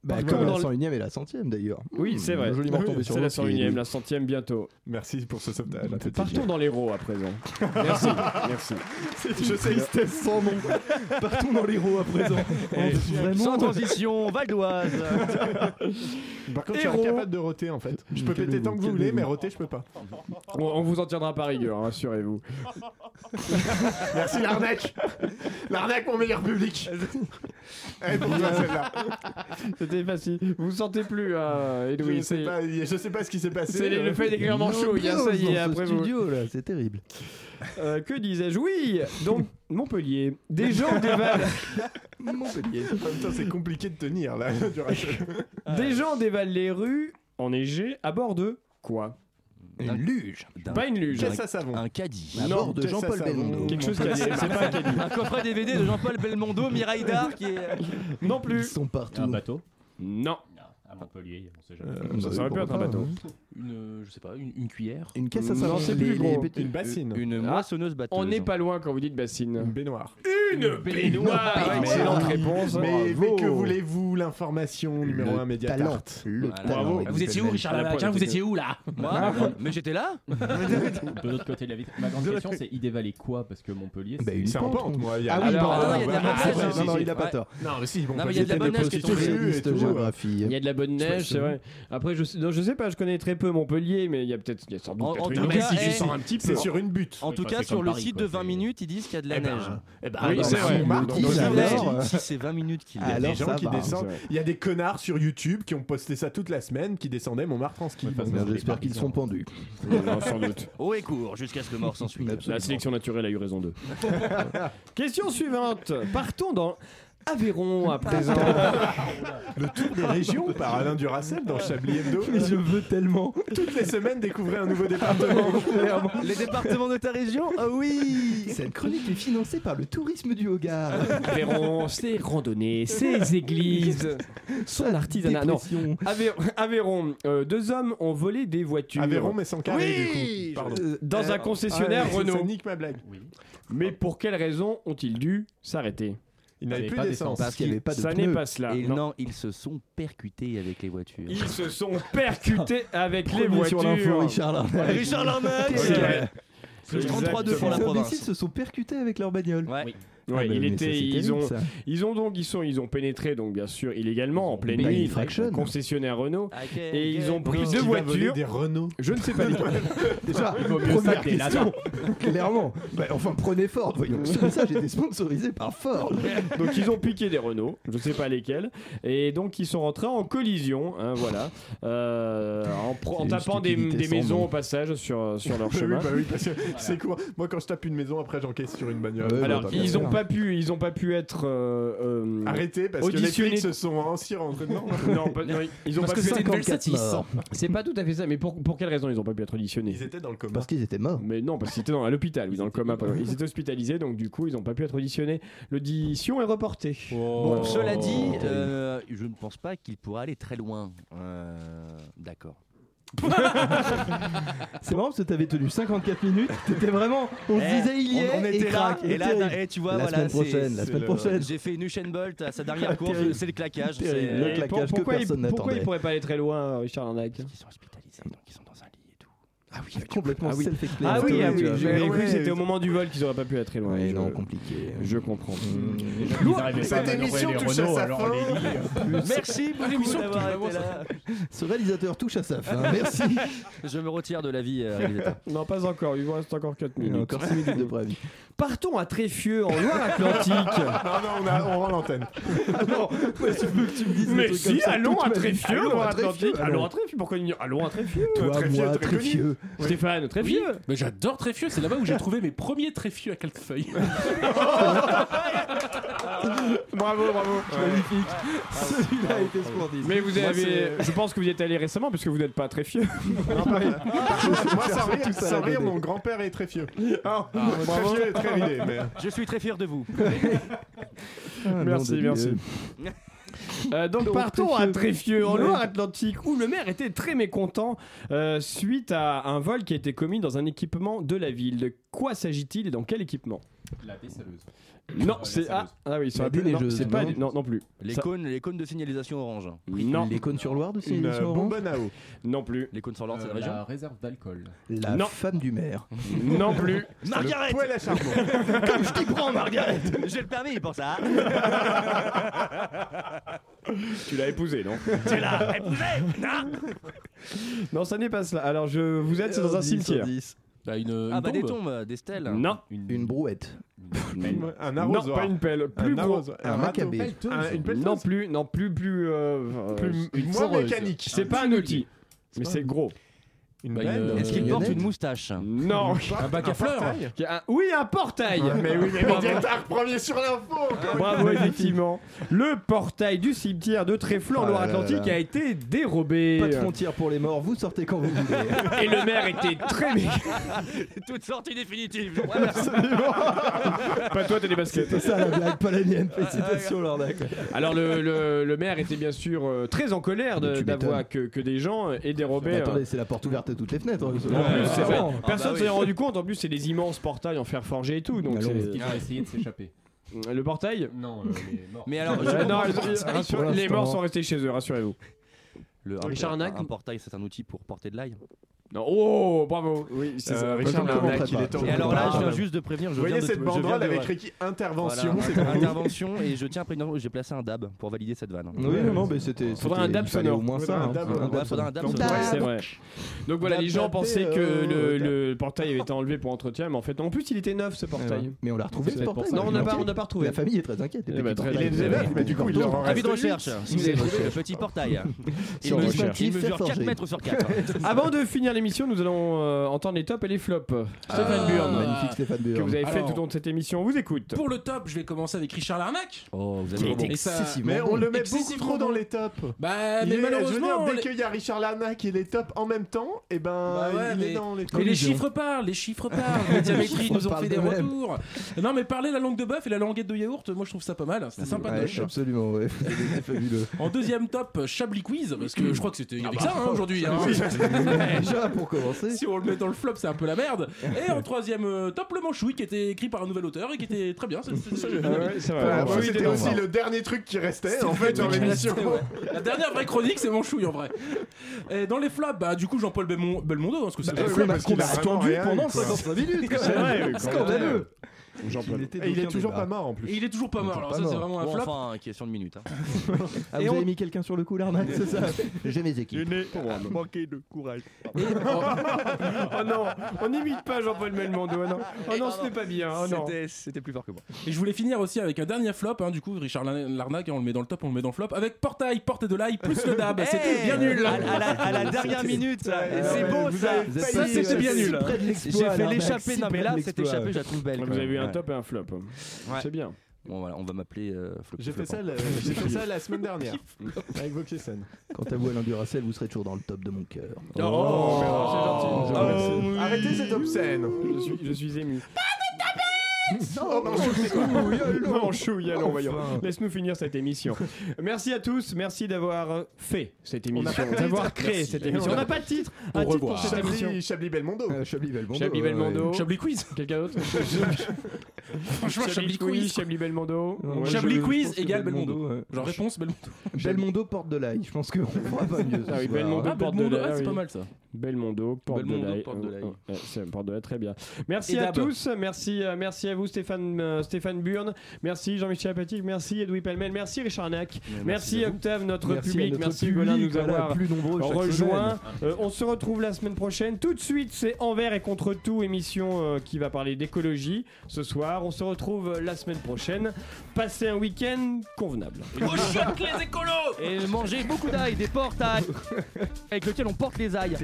Speaker 10: Bah,
Speaker 3: Comme
Speaker 10: comme
Speaker 3: dans
Speaker 10: la
Speaker 3: le-
Speaker 10: 101 et la centième d'ailleurs.
Speaker 3: Oui, c'est vrai.
Speaker 10: Joliment
Speaker 3: Oui,
Speaker 10: tombé sur
Speaker 3: C'est la
Speaker 10: l'autre, il est
Speaker 3: 101ème, la centième bientôt.
Speaker 9: Merci pour ce sauvetage.
Speaker 3: Partons dans l'héros à présent. Merci, merci.
Speaker 9: Je sais, il se teste sans nom.
Speaker 10: Partons dans l'héros à présent.
Speaker 3: Eh,
Speaker 11: Sans transition, Val d'Oise.
Speaker 9: Par contre, je
Speaker 3: Héros.
Speaker 9: suis incapable de roter en fait. Je peux péter tant que vous voulez, mais roter, je peux pas.
Speaker 3: On, on vous en tiendra pas rigueur, hein, rassurez-vous.
Speaker 9: Merci l'arnaque L'arnaque, mon meilleur public Elle est pour toi, celle-là.
Speaker 3: C'était facile. Vous vous sentez plus, hein, Edoui,
Speaker 9: je, sais
Speaker 3: c'est-
Speaker 9: pas, je sais pas ce qui s'est passé.
Speaker 3: C'est le fait d'écrire manchot, il y a ça, il y a après vous.
Speaker 10: studio là, c'est terrible.
Speaker 3: Euh, que disais-je Oui, donc Montpellier. Des gens dévalent.
Speaker 10: Montpellier.
Speaker 9: En même temps, c'est compliqué de tenir là. du reste.
Speaker 3: Des gens dévalent les rues enneigées à bord de quoi
Speaker 9: Une
Speaker 3: luge. Pas une luge.
Speaker 9: Qu'est-ce que ça savon
Speaker 11: Un caddie.
Speaker 3: À bord de Jean-Paul Belmondo. Quelque chose caddie. C'est pas un caddie.
Speaker 11: Un coffret DVD de Jean-Paul Belmondo, Mireille euh, Dar qui est.
Speaker 3: Non plus. Ils
Speaker 10: sont partout.
Speaker 15: Un bateau
Speaker 3: Non.
Speaker 15: À Montpellier, on sait
Speaker 3: Euh,
Speaker 15: jamais.
Speaker 3: ça bah, aurait pu être un bateau.
Speaker 9: hein.
Speaker 13: Une, euh, je sais pas, une, une cuillère.
Speaker 10: Une
Speaker 4: Euh,
Speaker 3: caisse à savon. Non, c'est plus gros. Une bassine.
Speaker 11: Une
Speaker 3: Ah,
Speaker 11: moissonneuse batteuse. hein.
Speaker 3: On n'est pas loin quand vous dites bassine. Une
Speaker 9: baignoire.
Speaker 3: Une baignoire.
Speaker 9: Ah,
Speaker 3: Excellente
Speaker 9: oui.
Speaker 3: réponse.
Speaker 9: Mais, mais
Speaker 3: Bravo.
Speaker 9: que voulez-vous L'information numéro
Speaker 10: Le
Speaker 9: 1 Mediatart.
Speaker 10: talent. Le
Speaker 9: Voilà.
Speaker 10: talent.
Speaker 9: Bravo.
Speaker 13: Vous étiez où, Richard
Speaker 9: Ah, la
Speaker 13: Lalaquin Vous
Speaker 9: politique.
Speaker 13: étiez où là Moi Mais j'étais là
Speaker 15: De l'autre côté de la vitre. Ma grande question, c'est il dévalait quoi Parce que Montpellier,
Speaker 10: Bah, une
Speaker 15: c'est
Speaker 10: pente,
Speaker 15: pente,
Speaker 10: on-
Speaker 15: moi, il y a-
Speaker 10: Ah oui,
Speaker 15: Alors,
Speaker 10: pardon,
Speaker 15: attends,
Speaker 10: il y a de la
Speaker 15: voilà,
Speaker 10: bonne
Speaker 15: ouais,
Speaker 10: neige.
Speaker 15: si,
Speaker 10: Non, non,
Speaker 15: si.
Speaker 10: il a pas
Speaker 15: Ouais.
Speaker 10: tort.
Speaker 15: Non, mais si, bon,
Speaker 10: Non,
Speaker 15: on
Speaker 10: mais
Speaker 15: peut
Speaker 10: il y a de la
Speaker 15: dire
Speaker 10: bonne
Speaker 15: des
Speaker 10: neige qui est
Speaker 15: prostituées
Speaker 10: tombée.
Speaker 15: et
Speaker 10: Liste
Speaker 15: tout,
Speaker 10: géographie.
Speaker 3: Il y a de la bonne
Speaker 10: Je sais pas
Speaker 3: neige,
Speaker 10: si
Speaker 3: c'est vrai. Après, je sais, non, je sais pas, je connais très peu Montpellier, mais il y a peut-être il y a sans doute
Speaker 11: En- en
Speaker 3: peut-être
Speaker 11: tout
Speaker 3: une
Speaker 11: cas,
Speaker 3: si,
Speaker 11: eh,
Speaker 3: si, si, un petit peu.
Speaker 9: C'est sur une butte.
Speaker 11: En tout cas, sur le site de 20 minutes, ils disent qu'il y a de la
Speaker 9: Eh ben,
Speaker 11: neige.
Speaker 9: eh ben,
Speaker 11: Oui,
Speaker 9: alors,
Speaker 11: c'est
Speaker 9: si
Speaker 11: vrai.
Speaker 9: on marque
Speaker 11: Donc,
Speaker 9: dans
Speaker 11: si
Speaker 9: un
Speaker 11: on marque,
Speaker 13: euh,
Speaker 9: alors,
Speaker 11: si c'est 20 minutes qu'il
Speaker 9: Il
Speaker 11: y
Speaker 9: y a
Speaker 11: a.
Speaker 9: des gens qui descendent. Il y a des connards sur YouTube qui ont posté ça toute la semaine, qui descendaient Montmartre en ski.
Speaker 10: Merde, J'espère qu'ils sont pendus.
Speaker 3: Non, sans doute.
Speaker 11: Haut et court, jusqu'à ce que mort s'ensuive.
Speaker 3: La sélection naturelle a eu raison d'eux. Question suivante. Partons dans Aveyron à présent.
Speaker 9: Le tour des régions par Alain Duracel dans Chablis Hebdo.
Speaker 10: je veux tellement.
Speaker 9: Toutes les semaines, découvrez un nouveau département.
Speaker 11: Les départements de ta région Ah oui
Speaker 10: Cette chronique est financée par le tourisme du Hogard.
Speaker 3: Aveyron, ses randonnées, ses églises, son artisanat. Non,
Speaker 10: dépression.
Speaker 3: Avey- Aveyron, euh, deux hommes ont volé des voitures.
Speaker 9: Aveyron, mais sans carré,
Speaker 3: Oui
Speaker 9: du coup. Pardon.
Speaker 3: Euh, Dans
Speaker 9: Euh,
Speaker 3: un concessionnaire
Speaker 9: ah,
Speaker 3: Renault.
Speaker 9: Ça nique ma blague.
Speaker 3: Mais pour quelles raisons ont-ils dû s'arrêter
Speaker 9: Il n'avait plus
Speaker 11: pas d'essence.
Speaker 9: d'essence.
Speaker 11: Parce qu'il y avait
Speaker 10: pas de
Speaker 3: Ça
Speaker 10: pneus.
Speaker 3: n'est pas cela.
Speaker 11: Et
Speaker 3: non.
Speaker 11: non, ils se sont percutés avec les voitures.
Speaker 3: Ils se sont percutés avec les
Speaker 10: Premier sur
Speaker 3: voitures.
Speaker 10: l'info, Richard Larnac.
Speaker 11: Richard Larnac
Speaker 3: Ouais.
Speaker 11: Plus 33-2 pour la
Speaker 10: Les
Speaker 11: province.
Speaker 10: imbéciles se sont percutés avec leur bagnole.
Speaker 11: Ouais.
Speaker 3: Ouais,
Speaker 10: Ah bah,
Speaker 3: il
Speaker 10: mais
Speaker 3: était,
Speaker 10: ça, c'est
Speaker 3: ils,
Speaker 10: terrible,
Speaker 3: ont,
Speaker 10: ça.
Speaker 3: ils ont donc, ils sont, ils ont pénétré donc bien sûr illégalement en pleine
Speaker 10: payé
Speaker 3: nuit,
Speaker 10: une fraction.
Speaker 3: concessionnaire Renault,
Speaker 11: Ok,
Speaker 3: et
Speaker 11: ok.
Speaker 3: ils ont pris
Speaker 9: Qui
Speaker 3: deux
Speaker 9: va voler
Speaker 3: voitures.
Speaker 9: Des Renault.
Speaker 3: Je ne sais pas lesquelles.
Speaker 10: Déjà,
Speaker 15: Il vaut mieux ça
Speaker 10: première
Speaker 15: que les
Speaker 10: question.
Speaker 15: Lada.
Speaker 10: Clairement. Bah, enfin, prenez Ford, voyons. Sur ça, j'étais sponsorisé par Ford.
Speaker 3: Donc ils ont piqué des Renault, je ne sais pas lesquelles, et donc ils sont rentrés en collision, hein, voilà, euh, en, pro- en
Speaker 10: C'est une
Speaker 3: tapant des,
Speaker 10: stupidité
Speaker 3: des
Speaker 10: sans
Speaker 3: maisons
Speaker 10: nom.
Speaker 3: au passage sur sur leur
Speaker 9: Bah oui,
Speaker 3: chemin.
Speaker 9: bah oui, parce que c'est court. Moi, quand je tape une maison, après, j'encaisse sur une bagnole.
Speaker 10: Ouais,
Speaker 3: Alors
Speaker 10: bah,
Speaker 3: ils
Speaker 10: bien
Speaker 3: ont
Speaker 10: sûr.
Speaker 3: pas pu, ils ont pas pu être euh, euh,
Speaker 9: Arrêtez, parce que les
Speaker 3: auditionnés.
Speaker 9: flics se sont ainsi rentrés dedans.
Speaker 3: Non, pas- non, ils ont
Speaker 13: Parce
Speaker 3: pas
Speaker 13: que
Speaker 3: pu.
Speaker 13: c'était une belle
Speaker 10: 54
Speaker 13: 600.
Speaker 10: morts.
Speaker 3: C'est pas tout à fait ça, mais pour pour quelle raison ils ont pas pu être auditionnés
Speaker 9: Ils étaient dans le coma.
Speaker 10: Parce qu'ils étaient morts.
Speaker 3: Mais non, parce qu'ils étaient dans- à l'hôpital, oui, dans le coma. pardon. Ils étaient hospitalisés, donc du coup, ils n'ont pas pu être auditionnés. L'audition est reportée.
Speaker 9: Oh.
Speaker 11: Bon, cela dit, euh, je ne pense pas qu'il pourra aller très loin. Euh, D'accord.
Speaker 10: C'est marrant parce que t'avais tenu 54 minutes. T'étais vraiment. On se
Speaker 11: Eh,
Speaker 10: disait il y
Speaker 11: on-
Speaker 10: est.
Speaker 11: on
Speaker 10: et
Speaker 11: était là,
Speaker 10: crac,
Speaker 11: et là,
Speaker 10: terrible.
Speaker 11: et tu vois,
Speaker 10: la
Speaker 11: voilà,
Speaker 10: semaine
Speaker 11: c'est-
Speaker 10: prochaine, la
Speaker 11: c'est
Speaker 10: semaine
Speaker 9: le-
Speaker 10: prochaine.
Speaker 11: J'ai fait une chaîne bolt à sa dernière course,
Speaker 10: Terrible.
Speaker 11: Euh, c'est le claquage.
Speaker 10: Terrible.
Speaker 11: c'est-
Speaker 10: Le claquage.
Speaker 3: Et
Speaker 10: que
Speaker 3: pourquoi il,
Speaker 10: personne
Speaker 3: pourquoi il
Speaker 10: n'attendait.
Speaker 3: pourrait pas aller très loin, euh, Richard Larnac
Speaker 11: Ils sont hospitalisés, donc ils sont dans un lit et tout. Ah oui,
Speaker 10: Complètement
Speaker 3: Ah oui.
Speaker 10: self-explained.
Speaker 3: Ah oui, ah oui,
Speaker 10: Tu vois,
Speaker 3: j'avais
Speaker 9: mais
Speaker 3: cru que
Speaker 9: ouais,
Speaker 3: c'était
Speaker 9: mais-
Speaker 3: au moment du vol qu'ils n'auraient pas pu aller très loin.
Speaker 10: Ouais,
Speaker 3: je,
Speaker 10: non, compliqué. Mm.
Speaker 3: je comprends. ah,
Speaker 9: Cette émission touche à sa fin.
Speaker 11: Merci beaucoup d'avoir été là.
Speaker 10: Ce réalisateur touche à sa fin. ah, Merci.
Speaker 11: Je me retire de la vie, euh, réalisateur.
Speaker 3: Non, pas encore, il vous reste encore 4
Speaker 10: Il y a
Speaker 3: minutes.
Speaker 10: encore 6 minutes de préavis.
Speaker 3: Partons à Tréfieux, en Loire-Atlantique. Ah
Speaker 9: Non, non, on, a, on rend l'antenne.
Speaker 10: non, ouais, tu veux que tu me dises des
Speaker 3: Mais
Speaker 10: trucs comme
Speaker 3: si,
Speaker 10: ça
Speaker 3: allons
Speaker 10: toute
Speaker 3: à
Speaker 10: ma vie.
Speaker 3: Tréfieux,
Speaker 10: Allons à
Speaker 3: Loire-Atlantique.
Speaker 10: Tréfieux,
Speaker 3: Allons
Speaker 10: allons.
Speaker 3: à Tréfieux, pourquoi il n'y a- Allons à Tréfieux.
Speaker 10: Toi,
Speaker 9: Tréfieux,
Speaker 10: moi,
Speaker 9: très connu.
Speaker 10: Tréfieux.
Speaker 3: Stéphane, Tréfieux.
Speaker 4: Mais j'adore Tréfieux, c'est là-bas où j'ai trouvé mes premiers Tréfieux à Caltefeuille.
Speaker 9: Bravo, bravo. Magnifique.
Speaker 15: Celui-là a été splendide.
Speaker 3: Mais vous
Speaker 15: Moi,
Speaker 3: avez,
Speaker 15: c'est-
Speaker 3: je pense que vous y êtes allé récemment puisque vous n'êtes pas très fier.
Speaker 9: Moi, ça rire,
Speaker 3: ça,
Speaker 9: ça
Speaker 3: la
Speaker 9: rire,
Speaker 3: BD.
Speaker 9: mon grand-père est très fieux.
Speaker 3: Ah,
Speaker 9: très
Speaker 3: bravo.
Speaker 9: fieux et très ridé. Mais...
Speaker 11: Je suis très fier de vous.
Speaker 3: merci, merci. Euh, donc
Speaker 11: Donc,
Speaker 3: partons à
Speaker 11: Tréfieux.
Speaker 3: Tréfieux, en
Speaker 11: Ouais.
Speaker 3: Loire-Atlantique, où le maire était très mécontent euh, suite à un vol qui a été commis dans un équipement de la ville. De quoi s'agit-il et dans quel équipement
Speaker 15: La vaisseleuse.
Speaker 3: Non, c'est ah, ah oui, ça
Speaker 15: La
Speaker 3: aurait pu- non,
Speaker 15: déneigeuse,
Speaker 3: c'est pas
Speaker 15: non.
Speaker 3: non non plus.
Speaker 11: Les,
Speaker 3: Ça-
Speaker 11: cônes, les cônes de signalisation orange.
Speaker 3: Non.
Speaker 10: Les cônes sur Loire de
Speaker 11: Une,
Speaker 10: Céline
Speaker 11: euh, bonbonne
Speaker 9: à eau.
Speaker 3: Non plus.
Speaker 11: Les cônes sur Loire, c'est la
Speaker 15: Euh,
Speaker 11: région
Speaker 15: la réserve d'alcool.
Speaker 10: La
Speaker 11: Non.
Speaker 10: femme du maire.
Speaker 3: Non plus.
Speaker 11: Margaret
Speaker 9: poêle à charbon.
Speaker 11: Comme je t'y prends, Margaret J'ai le permis pour ça
Speaker 3: Tu l'as épousé, non
Speaker 11: Tu l'as épousé Non
Speaker 3: Non, ça n'est pas cela. Alors je vous êtes dans un cimetière.
Speaker 11: Ah bah des tombes, des stèles.
Speaker 3: Non.
Speaker 10: Une, brouette.
Speaker 9: Un
Speaker 3: Non, pas une pelle. Plus
Speaker 9: Un
Speaker 3: gros.
Speaker 9: arrose- un Un râteau. macabé. Pelleteuse. Un- une pelleteuse.
Speaker 3: Non plus, non plus, plus. euh,
Speaker 9: Plus-
Speaker 3: euh,
Speaker 9: une moins
Speaker 3: foreuse.
Speaker 9: mécanique.
Speaker 3: C'est
Speaker 9: Un
Speaker 3: pas un
Speaker 9: petit
Speaker 3: outil, mais
Speaker 9: pas
Speaker 3: c'est
Speaker 9: un-
Speaker 3: gros.
Speaker 9: Une
Speaker 11: Bah, une, benne, euh,
Speaker 3: Est-ce qu'il
Speaker 11: baguette.
Speaker 3: porte une
Speaker 11: moustache
Speaker 3: Non.
Speaker 9: Un bac à Un fleurs portail Ah,
Speaker 3: Qui a un- Oui, un portail.
Speaker 9: Mais oui, mais
Speaker 3: Bravo.
Speaker 9: Médiatar, premier sur l'info. encore une
Speaker 3: Bravo,
Speaker 9: fois.
Speaker 3: effectivement. Le portail du cimetière de Tréflon en
Speaker 10: Ah là là
Speaker 3: Loire-Atlantique
Speaker 10: là.
Speaker 3: a été dérobé.
Speaker 10: Pas de frontières pour les morts, vous sortez quand vous voulez.
Speaker 3: euh, Et le maire était très méga.
Speaker 11: Toute sortie définitive. je vous remercie.
Speaker 3: Absolument. Pas toi, t'as des baskets. Ah,
Speaker 10: C'était ça la blague, pas la mienne. Félicitations, Lordac.
Speaker 3: Alors le, le- le maire était bien sûr euh, très en colère de- d'avoir que, que des gens aient dérobé.
Speaker 10: Mais
Speaker 3: euh,
Speaker 10: attendez, c'est la porte ouverte à toutes les fenêtres. hein, En
Speaker 3: en plus, c'est vrai. Personne
Speaker 15: Ah bah
Speaker 10: ne
Speaker 3: s'en est rendu compte. En plus, c'est des immenses portails en fer forgé et tout. Donc
Speaker 10: Allons.
Speaker 3: c'est-
Speaker 10: Est-ce qu'ils ont
Speaker 15: essayé Ah, de s'échapper
Speaker 3: Le portail
Speaker 15: Non, euh, les morts.
Speaker 11: Mais alors, je
Speaker 3: Euh,
Speaker 11: comprends
Speaker 3: non, elles-
Speaker 11: pas.
Speaker 3: elles- rassure- les morts sont restés chez eux, rassurez-vous. Ah,
Speaker 11: Le, un,
Speaker 3: Richard
Speaker 11: un,
Speaker 3: Nack
Speaker 11: un portail, c'est un outil pour porter de l'ail.
Speaker 3: Non, oh, bravo. Euh, Oui, c'est ça.
Speaker 9: Richard
Speaker 3: Peut-être qu'on
Speaker 9: Larnac,
Speaker 3: comprendrait
Speaker 9: il est
Speaker 3: pas.
Speaker 9: temps.
Speaker 11: Et alors là, je viens
Speaker 9: Pardon.
Speaker 11: juste de prévenir. Je
Speaker 9: Vous
Speaker 11: viens
Speaker 9: voyez
Speaker 11: de-
Speaker 9: cette
Speaker 11: je viens de-
Speaker 9: banderole avec
Speaker 11: voilà.
Speaker 9: écrit intervention,
Speaker 11: Voilà,
Speaker 9: c'est pour vous.
Speaker 11: intervention et je tiens à prévenir. J'ai placé un dab pour valider cette vanne.
Speaker 10: Oui, non, non, mais c'était.
Speaker 3: Faudra un
Speaker 10: c'était-
Speaker 3: dab
Speaker 10: il fallait
Speaker 3: sonore.
Speaker 10: Au moins
Speaker 3: Faudra
Speaker 10: ça.
Speaker 3: un
Speaker 10: hein.
Speaker 3: dab,
Speaker 11: ouais, faudra un dab
Speaker 10: Donc,
Speaker 11: sonore.
Speaker 10: ouais,
Speaker 3: C'est vrai. Donc voilà, les gens
Speaker 10: Dab,
Speaker 3: pensaient
Speaker 10: dab,
Speaker 3: que le,
Speaker 10: euh,
Speaker 3: le portail avait été enlevé pour enlever, mais en fait, non. en plus, il était neuf ce portail.
Speaker 10: Eh Mais on l'a retrouvé
Speaker 3: C'est
Speaker 10: ce
Speaker 3: peut-être pour
Speaker 10: portail.
Speaker 3: ça. Non, on n'a pas, on n'a pas retrouvé.
Speaker 10: La famille est très inquiète.
Speaker 3: Eh ben, très
Speaker 10: effectivement.
Speaker 3: inquiète. Il est neuf,
Speaker 9: mais du coup, il leur en
Speaker 11: Avis de
Speaker 9: reste
Speaker 11: recherche.
Speaker 10: hein.
Speaker 9: huit.
Speaker 11: Si vous avez trouvé le petit portail, il
Speaker 3: Sur
Speaker 11: mesure,
Speaker 3: recherche.
Speaker 11: il mesure
Speaker 10: Forgé.
Speaker 11: 4 mètres sur 4.
Speaker 3: Avant de finir l'émission, nous allons euh, entendre les tops et les flops. Stéphane Burn,
Speaker 10: Magnifique Stéphane Burn.
Speaker 3: que vous avez fait
Speaker 4: Alors-
Speaker 3: tout au long de cette émission, on vous écoute.
Speaker 4: Pour le top, je vais commencer avec Richard Larnac.
Speaker 11: Oh, vous
Speaker 4: Qui
Speaker 11: avez
Speaker 4: était
Speaker 11: bon.
Speaker 4: Et ça-
Speaker 9: Mais on le met beaucoup
Speaker 4: Excessivement
Speaker 9: trop dans
Speaker 4: bon.
Speaker 9: les tops.
Speaker 4: Bah,
Speaker 9: Il
Speaker 4: mais
Speaker 9: est- je veux
Speaker 4: malheureusement.
Speaker 9: dire, dès
Speaker 4: les-
Speaker 9: qu'il y a Richard Larnac et les tops en même temps, et ben
Speaker 10: Ah
Speaker 4: Bah ouais,
Speaker 9: il
Speaker 4: mais-
Speaker 9: est dans les tops.
Speaker 4: mais les chiffres parlent, les chiffres parlent. Les
Speaker 10: chiffres
Speaker 4: diamétries nous ont
Speaker 10: parlent
Speaker 4: fait des
Speaker 10: d'eux-mêmes.
Speaker 4: retours. Non, mais parler la langue de bœuf et la languette de yaourt, moi je trouve ça pas mal. C'était sympa
Speaker 10: Ouais, Absolument, ouais. C'est fabuleux.
Speaker 4: En deuxième top, Chablis Quiz, parce que je crois que c'était il y avait
Speaker 10: Ah
Speaker 4: que
Speaker 10: bah,
Speaker 4: ça hein, aujourd'hui. hein.
Speaker 10: Chablis Quiz. Déjà, pour commencer.
Speaker 4: Si on le met dans le flop, c'est un peu la merde. Et en troisième euh, top, le Manchoui, qui était écrit par un nouvel auteur et qui était très bien. c'est- c'est- c'est-
Speaker 9: Ah
Speaker 3: Ah c'est
Speaker 9: Enfin,
Speaker 4: Ah
Speaker 3: vrai.
Speaker 9: moi,
Speaker 3: Oui,
Speaker 9: c'était
Speaker 3: des-
Speaker 9: aussi le dernier truc qui restait en fait dans l'émission.
Speaker 4: Ouais, ouais. La dernière vraie chronique, c'est mon chouille en vrai. Et dans les flops, bah, du coup, Jean-Paul Belmon- Belmondo, hein, parce que c'est
Speaker 9: Bah,
Speaker 4: un
Speaker 9: oui,
Speaker 4: flop
Speaker 9: parce qu'il a vraiment
Speaker 4: attendu
Speaker 11: Ah,
Speaker 9: rien eu,
Speaker 4: pendant
Speaker 9: quoi.
Speaker 4: 55 minutes.
Speaker 9: C'est vrai, oui, quand
Speaker 4: scandaleux.
Speaker 9: Et il est toujours pas mort en
Speaker 4: Et
Speaker 9: plus.
Speaker 4: il est toujours pas mort, alors ça, c'est vraiment un
Speaker 11: Bon,
Speaker 4: flop.
Speaker 11: enfin, question de minutes. hein.
Speaker 10: Ah,
Speaker 4: Et
Speaker 10: vous
Speaker 4: on-
Speaker 10: avez mis quelqu'un sur le coup, Larnac, c'est ça J'ai mes équipes.
Speaker 11: Manquer de courage.
Speaker 3: Oh non, on n'imite pas Jean-Paul Belmondo. Oh non, oh non ce n'est pas bien. Oh non.
Speaker 11: C'était- C'était plus fort que moi.
Speaker 4: Et je voulais finir aussi avec un dernier flop, hein, du coup, Richard Larn- Larnac, hein, on le met dans le top, on le met dans le flop, avec Portail, Porte de l'ail, plus le dab. C'était
Speaker 11: Eh,
Speaker 4: bien nul.
Speaker 11: À, à la, à la dernière minute, ça. Et c'est beau ça.
Speaker 10: Vous êtes
Speaker 11: Ça,
Speaker 10: pas
Speaker 11: c'était
Speaker 10: si
Speaker 11: bien
Speaker 10: près
Speaker 11: nul.
Speaker 10: de
Speaker 11: J'ai
Speaker 10: l'exploit,
Speaker 11: fait
Speaker 10: Larnac,
Speaker 11: l'échappée.
Speaker 10: si
Speaker 11: Non, mais
Speaker 10: près
Speaker 11: là,
Speaker 10: de
Speaker 11: cette
Speaker 10: l'exploit.
Speaker 11: échappée, je la trouve belle.
Speaker 3: Vous
Speaker 11: quand
Speaker 3: avez eu
Speaker 11: même.
Speaker 3: un
Speaker 11: Ouais.
Speaker 3: top et un flop.
Speaker 11: Ouais.
Speaker 3: C'est bien.
Speaker 11: Bon, voilà, on va m'appeler euh, Flop.
Speaker 9: J'ai fait,
Speaker 11: Flopant.
Speaker 9: ça la- j'ai fait ça la semaine dernière avec Voxessen.
Speaker 10: Quant à vous, Alain Duracel, vous serez toujours dans le top de mon cœur.
Speaker 3: Oh,
Speaker 9: c'est gentil.
Speaker 3: Oh, oui.
Speaker 9: Arrêtez cette obscène.
Speaker 3: Je suis, je suis ému.
Speaker 9: Oh, non, je-
Speaker 3: Non, chouille, allons, voyons. Laisse-nous finir cette émission. Merci à tous, merci d'avoir euh, fait cette
Speaker 9: n'a
Speaker 3: émission,
Speaker 9: pas de
Speaker 3: d'avoir
Speaker 9: titre.
Speaker 3: créé
Speaker 9: Merci.
Speaker 3: cette émission. On n'a pas de titre. Un titre pour cette
Speaker 9: Chablis-
Speaker 3: émission.
Speaker 9: Chablis Belmondo.
Speaker 10: Euh, Chablis Belmondo.
Speaker 3: Chablis
Speaker 10: ouais,
Speaker 3: Belmondo.
Speaker 10: ouais.
Speaker 4: Chablis Quiz.
Speaker 3: Quelqu'un d'autre
Speaker 4: Franchement, Chablis
Speaker 3: Quiz,
Speaker 4: Quiz.
Speaker 3: Chablis Belmondo.
Speaker 10: Ouais,
Speaker 4: Chablis
Speaker 10: je- je
Speaker 4: Quiz
Speaker 10: pense que
Speaker 4: égale Belmondo.
Speaker 10: ouais.
Speaker 4: Genre réponse, Belmondo.
Speaker 10: Belmondo porte de l'ail. Je pense qu'on fera pas mieux. ce
Speaker 3: Ah oui,
Speaker 10: soir.
Speaker 3: Belmondo,
Speaker 4: Ah,
Speaker 3: porte
Speaker 4: Belmondo,
Speaker 3: de l'ail.
Speaker 4: ah, c'est
Speaker 3: oui.
Speaker 4: pas mal ça.
Speaker 3: Belmondo, porte
Speaker 4: Belmondo,
Speaker 3: de l'ail.
Speaker 4: Porte de l'Ail.
Speaker 3: Oh, oh, ouais, c'est porte de l'ail, très bien. Merci
Speaker 4: Et
Speaker 3: à
Speaker 4: Dab.
Speaker 3: tous, merci, euh, merci à vous Stéphane, euh, Stéphane Burn, merci Jean-Michel Apatic, merci Edoui Pellemel, merci Richard Nack,
Speaker 10: Mais merci
Speaker 3: merci,
Speaker 10: à vous.
Speaker 3: Octave, notre
Speaker 10: Merci à
Speaker 3: public,
Speaker 10: notre
Speaker 3: merci
Speaker 10: public,
Speaker 3: Golin de nous
Speaker 10: voilà,
Speaker 3: avoir
Speaker 10: plus nombreux chaque
Speaker 3: rejoints.
Speaker 10: semaine.
Speaker 3: Euh, on se retrouve la semaine prochaine. Tout de suite, c'est Envers et contre tout, émission euh, qui va parler d'écologie ce soir. On se retrouve euh, la semaine prochaine. Passez un week-end convenable.
Speaker 4: Au choc, les écolos
Speaker 11: Et manger beaucoup d'ail, des portails avec lequel on porte les ailes.